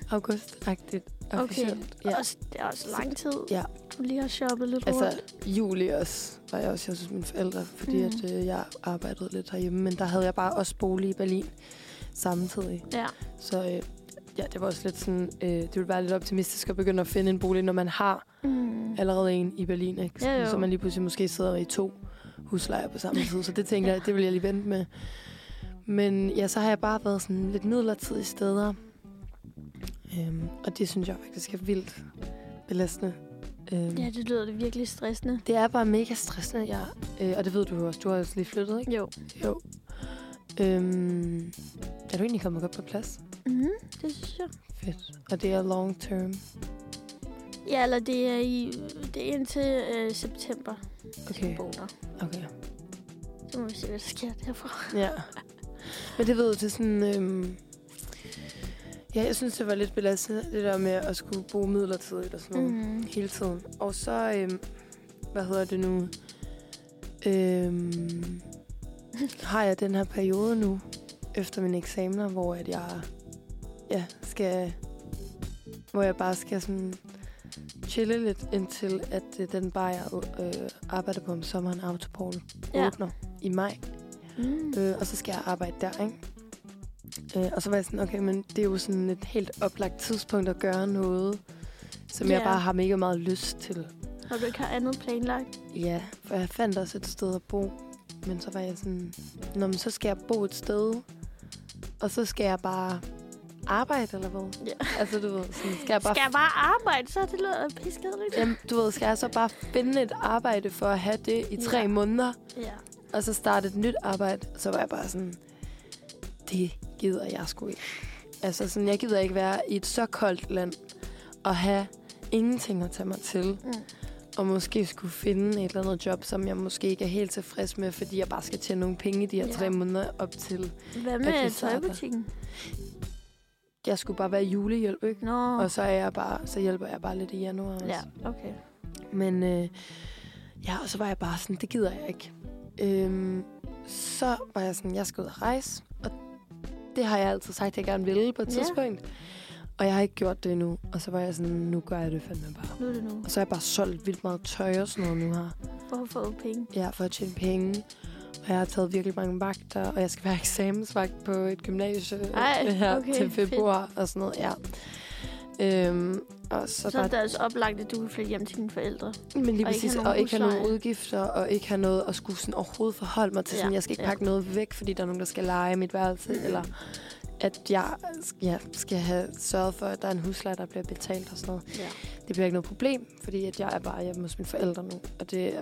C: august-agtigt. officielt.
D: Ja. Også, det er også lang tid.
C: Ja.
D: Du lige har shoppet lidt altså,
C: Altså,
D: rundt.
C: juli også var jeg også hos mine forældre, fordi
D: Mhm.
C: mm. at, øh, jeg arbejdede lidt herhjemme, men der havde jeg bare også bolig i Berlin samtidig.
D: Ja.
C: Så øh, ja, det var også lidt sådan, øh, det ville være lidt optimistisk at begynde at finde en bolig, når man har
D: Mm.
C: allerede en i Berlin, ikke?
D: Ja, jo.
C: så man lige pludselig måske sidder i to huslejer på samme tid, så det tænkte jeg, det ville jeg lige vente med. Men ja, så har jeg bare været sådan lidt midlertidige steder, øhm, og det synes jeg faktisk er vildt belastende. Øhm,
D: ja, det lyder det virkelig stressende.
C: det er bare mega stressende, jeg, øh, og det ved du jo også. Du har også lige flyttet, ikke?
D: Jo.
C: Jo. Øhm, er du egentlig kommet godt på plads?
D: Mm. Det synes jeg.
C: Fedt. Og det er long term.
D: Ja, eller det er, i, det er indtil øh, september,
C: Okay,
D: boner.
C: okay.
D: Så må vi se, hvad der sker derfra.
C: Ja. Men det ved du, det er sådan... Øhm, ja, jeg synes, det var lidt belastende, det der med at skulle bruge midlertidigt og sådan noget.
D: Mm.
C: Hele tiden. Og så, øhm, hvad hedder det nu? Øhm, har jeg den her periode nu, efter mine eksamener, hvor at jeg ja, skal, hvor jeg bare skal sådan chille lidt, indtil at øh, den bar, jeg øh, arbejder på om sommeren, Autopol,
D: Ja.
C: åbner i maj.
D: Mm.
C: Øh, og så skal jeg arbejde der, ikke? Øh, og så var jeg sådan, okay, men det er jo sådan et helt oplagt tidspunkt at gøre noget, som yeah. jeg
D: Ja.
C: bare har mega meget lyst til.
D: Når du ikke har andet planlagt.
C: Ja, for jeg fandt også et sted at bo. Men så var jeg sådan, Nå, men så skal jeg bo et sted, og så skal jeg bare arbejde, eller hvad?
D: Ja.
C: Altså, du ved, sådan, skal jeg bare...
D: Skal jeg bare arbejde, så det lyder piskedeligt.
C: Jamen, du ved, skal jeg så bare finde et arbejde for at have det i tre
D: Ja.
C: måneder,
D: Ja.
C: og så starte et nyt arbejde? Så var jeg bare sådan, det gider jeg sgu ikke. Altså, sådan, jeg gider ikke være i et så koldt land og have ingenting at tage mig til.
D: Mm.
C: Og måske skulle finde et eller andet job, som jeg måske ikke er helt tilfreds med, fordi jeg bare skal tjene nogle penge i de her
D: Ja.
C: tre måneder op til.
D: Hvad
C: At vi
D: med
C: starter.
D: tøjbutikken?
C: Jeg skulle bare være julehjælp, ikke?
D: Nå,
C: Og så, er jeg bare, så hjælper jeg bare lidt i januar også.
D: ja, okay.
C: Men øh, ja, og så var jeg bare sådan, det gider jeg ikke. Øhm, så var jeg sådan, jeg skal ud og rejse, og det har jeg altid sagt, jeg gerne ville på et
D: Ja.
C: tidspunkt. Og jeg har ikke gjort det endnu, og så var jeg sådan, nu gør jeg det fandme bare.
D: Nu er det nu.
C: Og så har jeg bare solgt vildt meget tøj og sådan noget nu her.
D: For at få penge.
C: Ja, for at tjene penge. Og jeg har taget virkelig mange vagter, og jeg skal være eksamensvagt på et gymnasie øh,
D: Ej,
C: her
D: okay,
C: til
D: fedt.
C: februar fedt. og sådan noget, ja. Øhm, og så,
D: Så,
C: så bare
D: er det altså oplagt, at du kan flytte hjem til dine forældre.
C: Men lige
D: Og
C: og
D: ikke
C: præcis,
D: have
C: ikke
D: nogen
C: og ikke have nogen
D: husleje.
C: udgifter, og ikke have noget at skulle sådan overhovedet forholde mig til. Sådan,
D: Ja,
C: jeg skal ikke
D: ja.
C: pakke noget væk, fordi der er nogen, der skal lege mit værelse,
D: Mm.
C: eller at jeg ja, skal have sørget for, at der er en husleje, der bliver betalt og sådan noget.
D: Ja.
C: Det bliver ikke noget problem, fordi at jeg er bare hjemme hos mine forældre nu, og det er,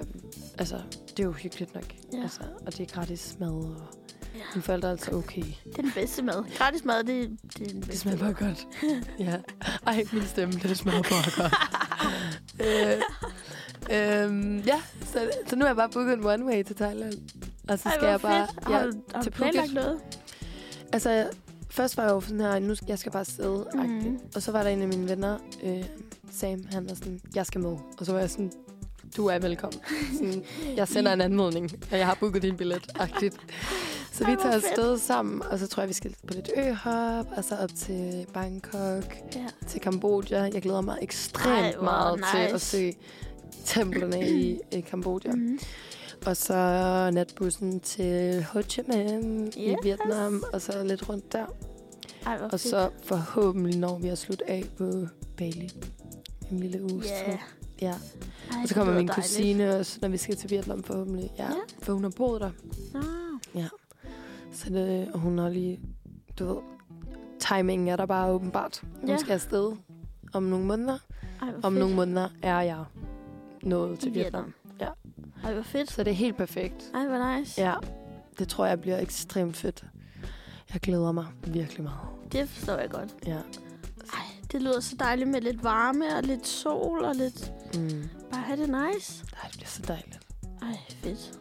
C: altså, det er jo hyggeligt nok.
D: Ja.
C: Altså, og det er gratis mad, og
D: Ja.
C: mine forældre er altså okay.
D: Det er den bedste mad. Gratis mad, det, det er den
C: Det
D: bedste
C: smager bare godt. ja. Ej, min stemme, det smager bare godt. øh, øhm, ja, så, så nu er jeg bare booket en one-way til Thailand. Og så
D: Ej,
C: skal
D: hvor
C: jeg bare...
D: fedt.
C: Ja,
D: Har du, har du
C: til
D: planlagt
C: Phuket.
D: noget?
C: altså, først var jeg jo sådan her, nu skal, jeg skal bare sidde mm.
D: Mhm.
C: Og så var der en af mine venner, øh, Sam, han var sådan, jeg skal med. Og så var jeg sådan, du er velkommen. Sådan, jeg sender en anmodning, og jeg har booket din billet. Agtigt. Så
D: Ej,
C: vi
D: hvor
C: tager
D: fedt.
C: afsted sammen, og så tror jeg, vi skal på lidt øhop, og så op til Bangkok
D: Ja.
C: til Kambodja. Jeg glæder mig ekstremt
D: Ej,
C: Ej,
D: hvor
C: meget nice. til
D: nice.
C: at se templerne i, i Kambodja. Mm.
D: Mm-hmm.
C: Og så natbussen til Ho Chi Minh yes. i
D: Yes.
C: Vietnam, og så lidt rundt der.
D: Ej, hvor
C: Og
D: fedt.
C: så forhåbentlig når vi at slutte af på Bali en lille uges
D: Ja.
C: tid. Ja.
D: Ej,
C: Og så
D: det
C: kommer
D: lyder
C: min
D: dejligt.
C: kusine også, når vi skal til Vietnam forhåbentlig. Ja,
D: Ja.
C: for hun har boet der.
D: Nå.
C: Så det, og hun har lige, du ved, timingen er der bare åbenbart. Hun
D: Ja.
C: skal afsted om nogle måneder.
D: Ej, hvor
C: Om
D: fedt.
C: nogle måneder er jeg nået
D: I
C: til Vietnam. Ja.
D: Ej, hvor fedt.
C: Så det er helt perfekt.
D: Ej, hvor nice.
C: Ja, det tror jeg bliver ekstremt fedt. Jeg glæder mig virkelig meget.
D: Det forstår jeg godt.
C: Ja.
D: Ej, det lyder så dejligt med lidt varme og lidt sol og lidt...
C: Mm.
D: Bare have det nice.
C: Ej, det bliver så dejligt.
D: Ej, fedt.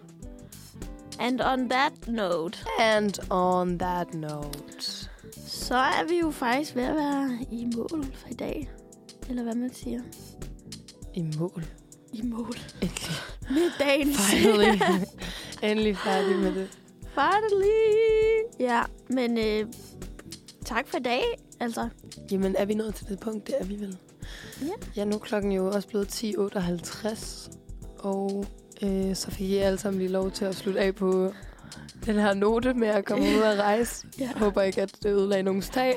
D: And on that note,
C: And on that note.
D: så er vi jo faktisk ved at være i mål for i dag. Eller hvad man siger.
C: I mål.
D: I mål.
C: Endelig.
D: Med dagens.
C: Finally. Endelig færdig med det.
D: Finally. Ja, men øh, tak for i dag. Altså,
C: Jamen, er vi nået til det punkt? Det er vi vel.
D: Ja.
C: Ja, nu er klokken jo også blevet 10.58. Og øh, så fik I alle sammen lige lov til at slutte af på den her note med at komme ud og rejse.
D: Ja.
C: Jeg håber ikke, at det ødelagde nogens tag.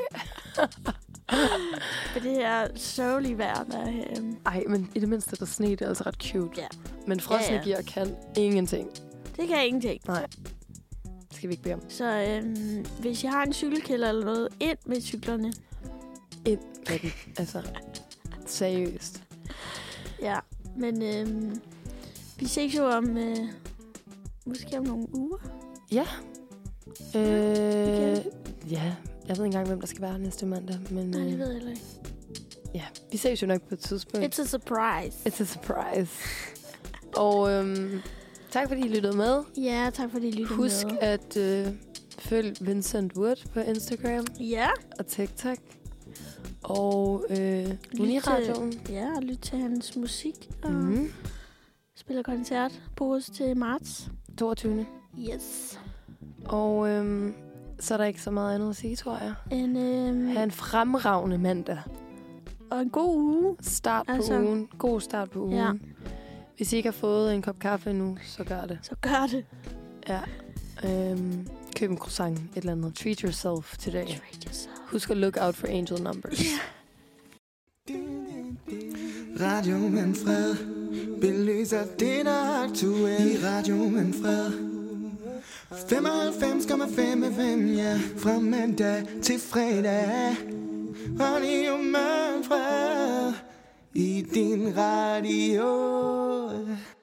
D: for det her sørgelige vejr, der øh, er herhjemme.
C: Ej, men i det mindste, der sne, det er altså ret cute.
D: Ja.
C: Men frosne
D: Ja, ja.
C: gear kan ingenting.
D: Det kan jeg ingenting.
C: Det skal vi ikke bede om.
D: Så øhm, hvis jeg har en cykelkælder eller noget, ind med cyklerne.
C: Ind med den. Altså, seriøst.
D: Ja, men øhm, vi ses jo om, øh, måske om nogle uger.
C: Øh,
D: Okay.
C: Ja, jeg ved ikke engang, hvem der skal være næste mandag, men
D: Nej, det
C: øh,
D: ved jeg heller ikke.
C: ja, vi ses jo nok på et tidspunkt.
D: It's a surprise.
C: It's a surprise. Og øhm, tak fordi I lyttede med.
D: Ja, tak fordi I lyttede
C: Husk
D: med.
C: at øh, følg Vincent Wood på Instagram
D: Ja,
C: og TikTok. Og øh,
D: til-
C: Uniradioen.
D: ja, og lyt til hans musik. Og mm.
C: Mm.
D: spiller koncert på os til marts.
C: 22.
D: Yes.
C: Og øhm, så er der ikke så meget andet at sige, tror jeg.
D: En, øhm,
C: Ha' en fremragende mandag.
D: Og en god uge.
C: Start på altså,
D: Altså-
C: ugen. God start på ugen.
D: Ja.
C: Ja. Hvis I ikke har fået en kop kaffe endnu, så gør det.
D: Så gør det.
C: Øhm, køb en croissant, et eller andet. Treat yourself today.
D: Treat yourself.
C: Husk at look out for angel numbers.
G: Radio Manfred belyser det, der er aktuelt i Radio Manfred. 95,5 FM, ja, fra mandag til fredag. Radio Manfred i din radio.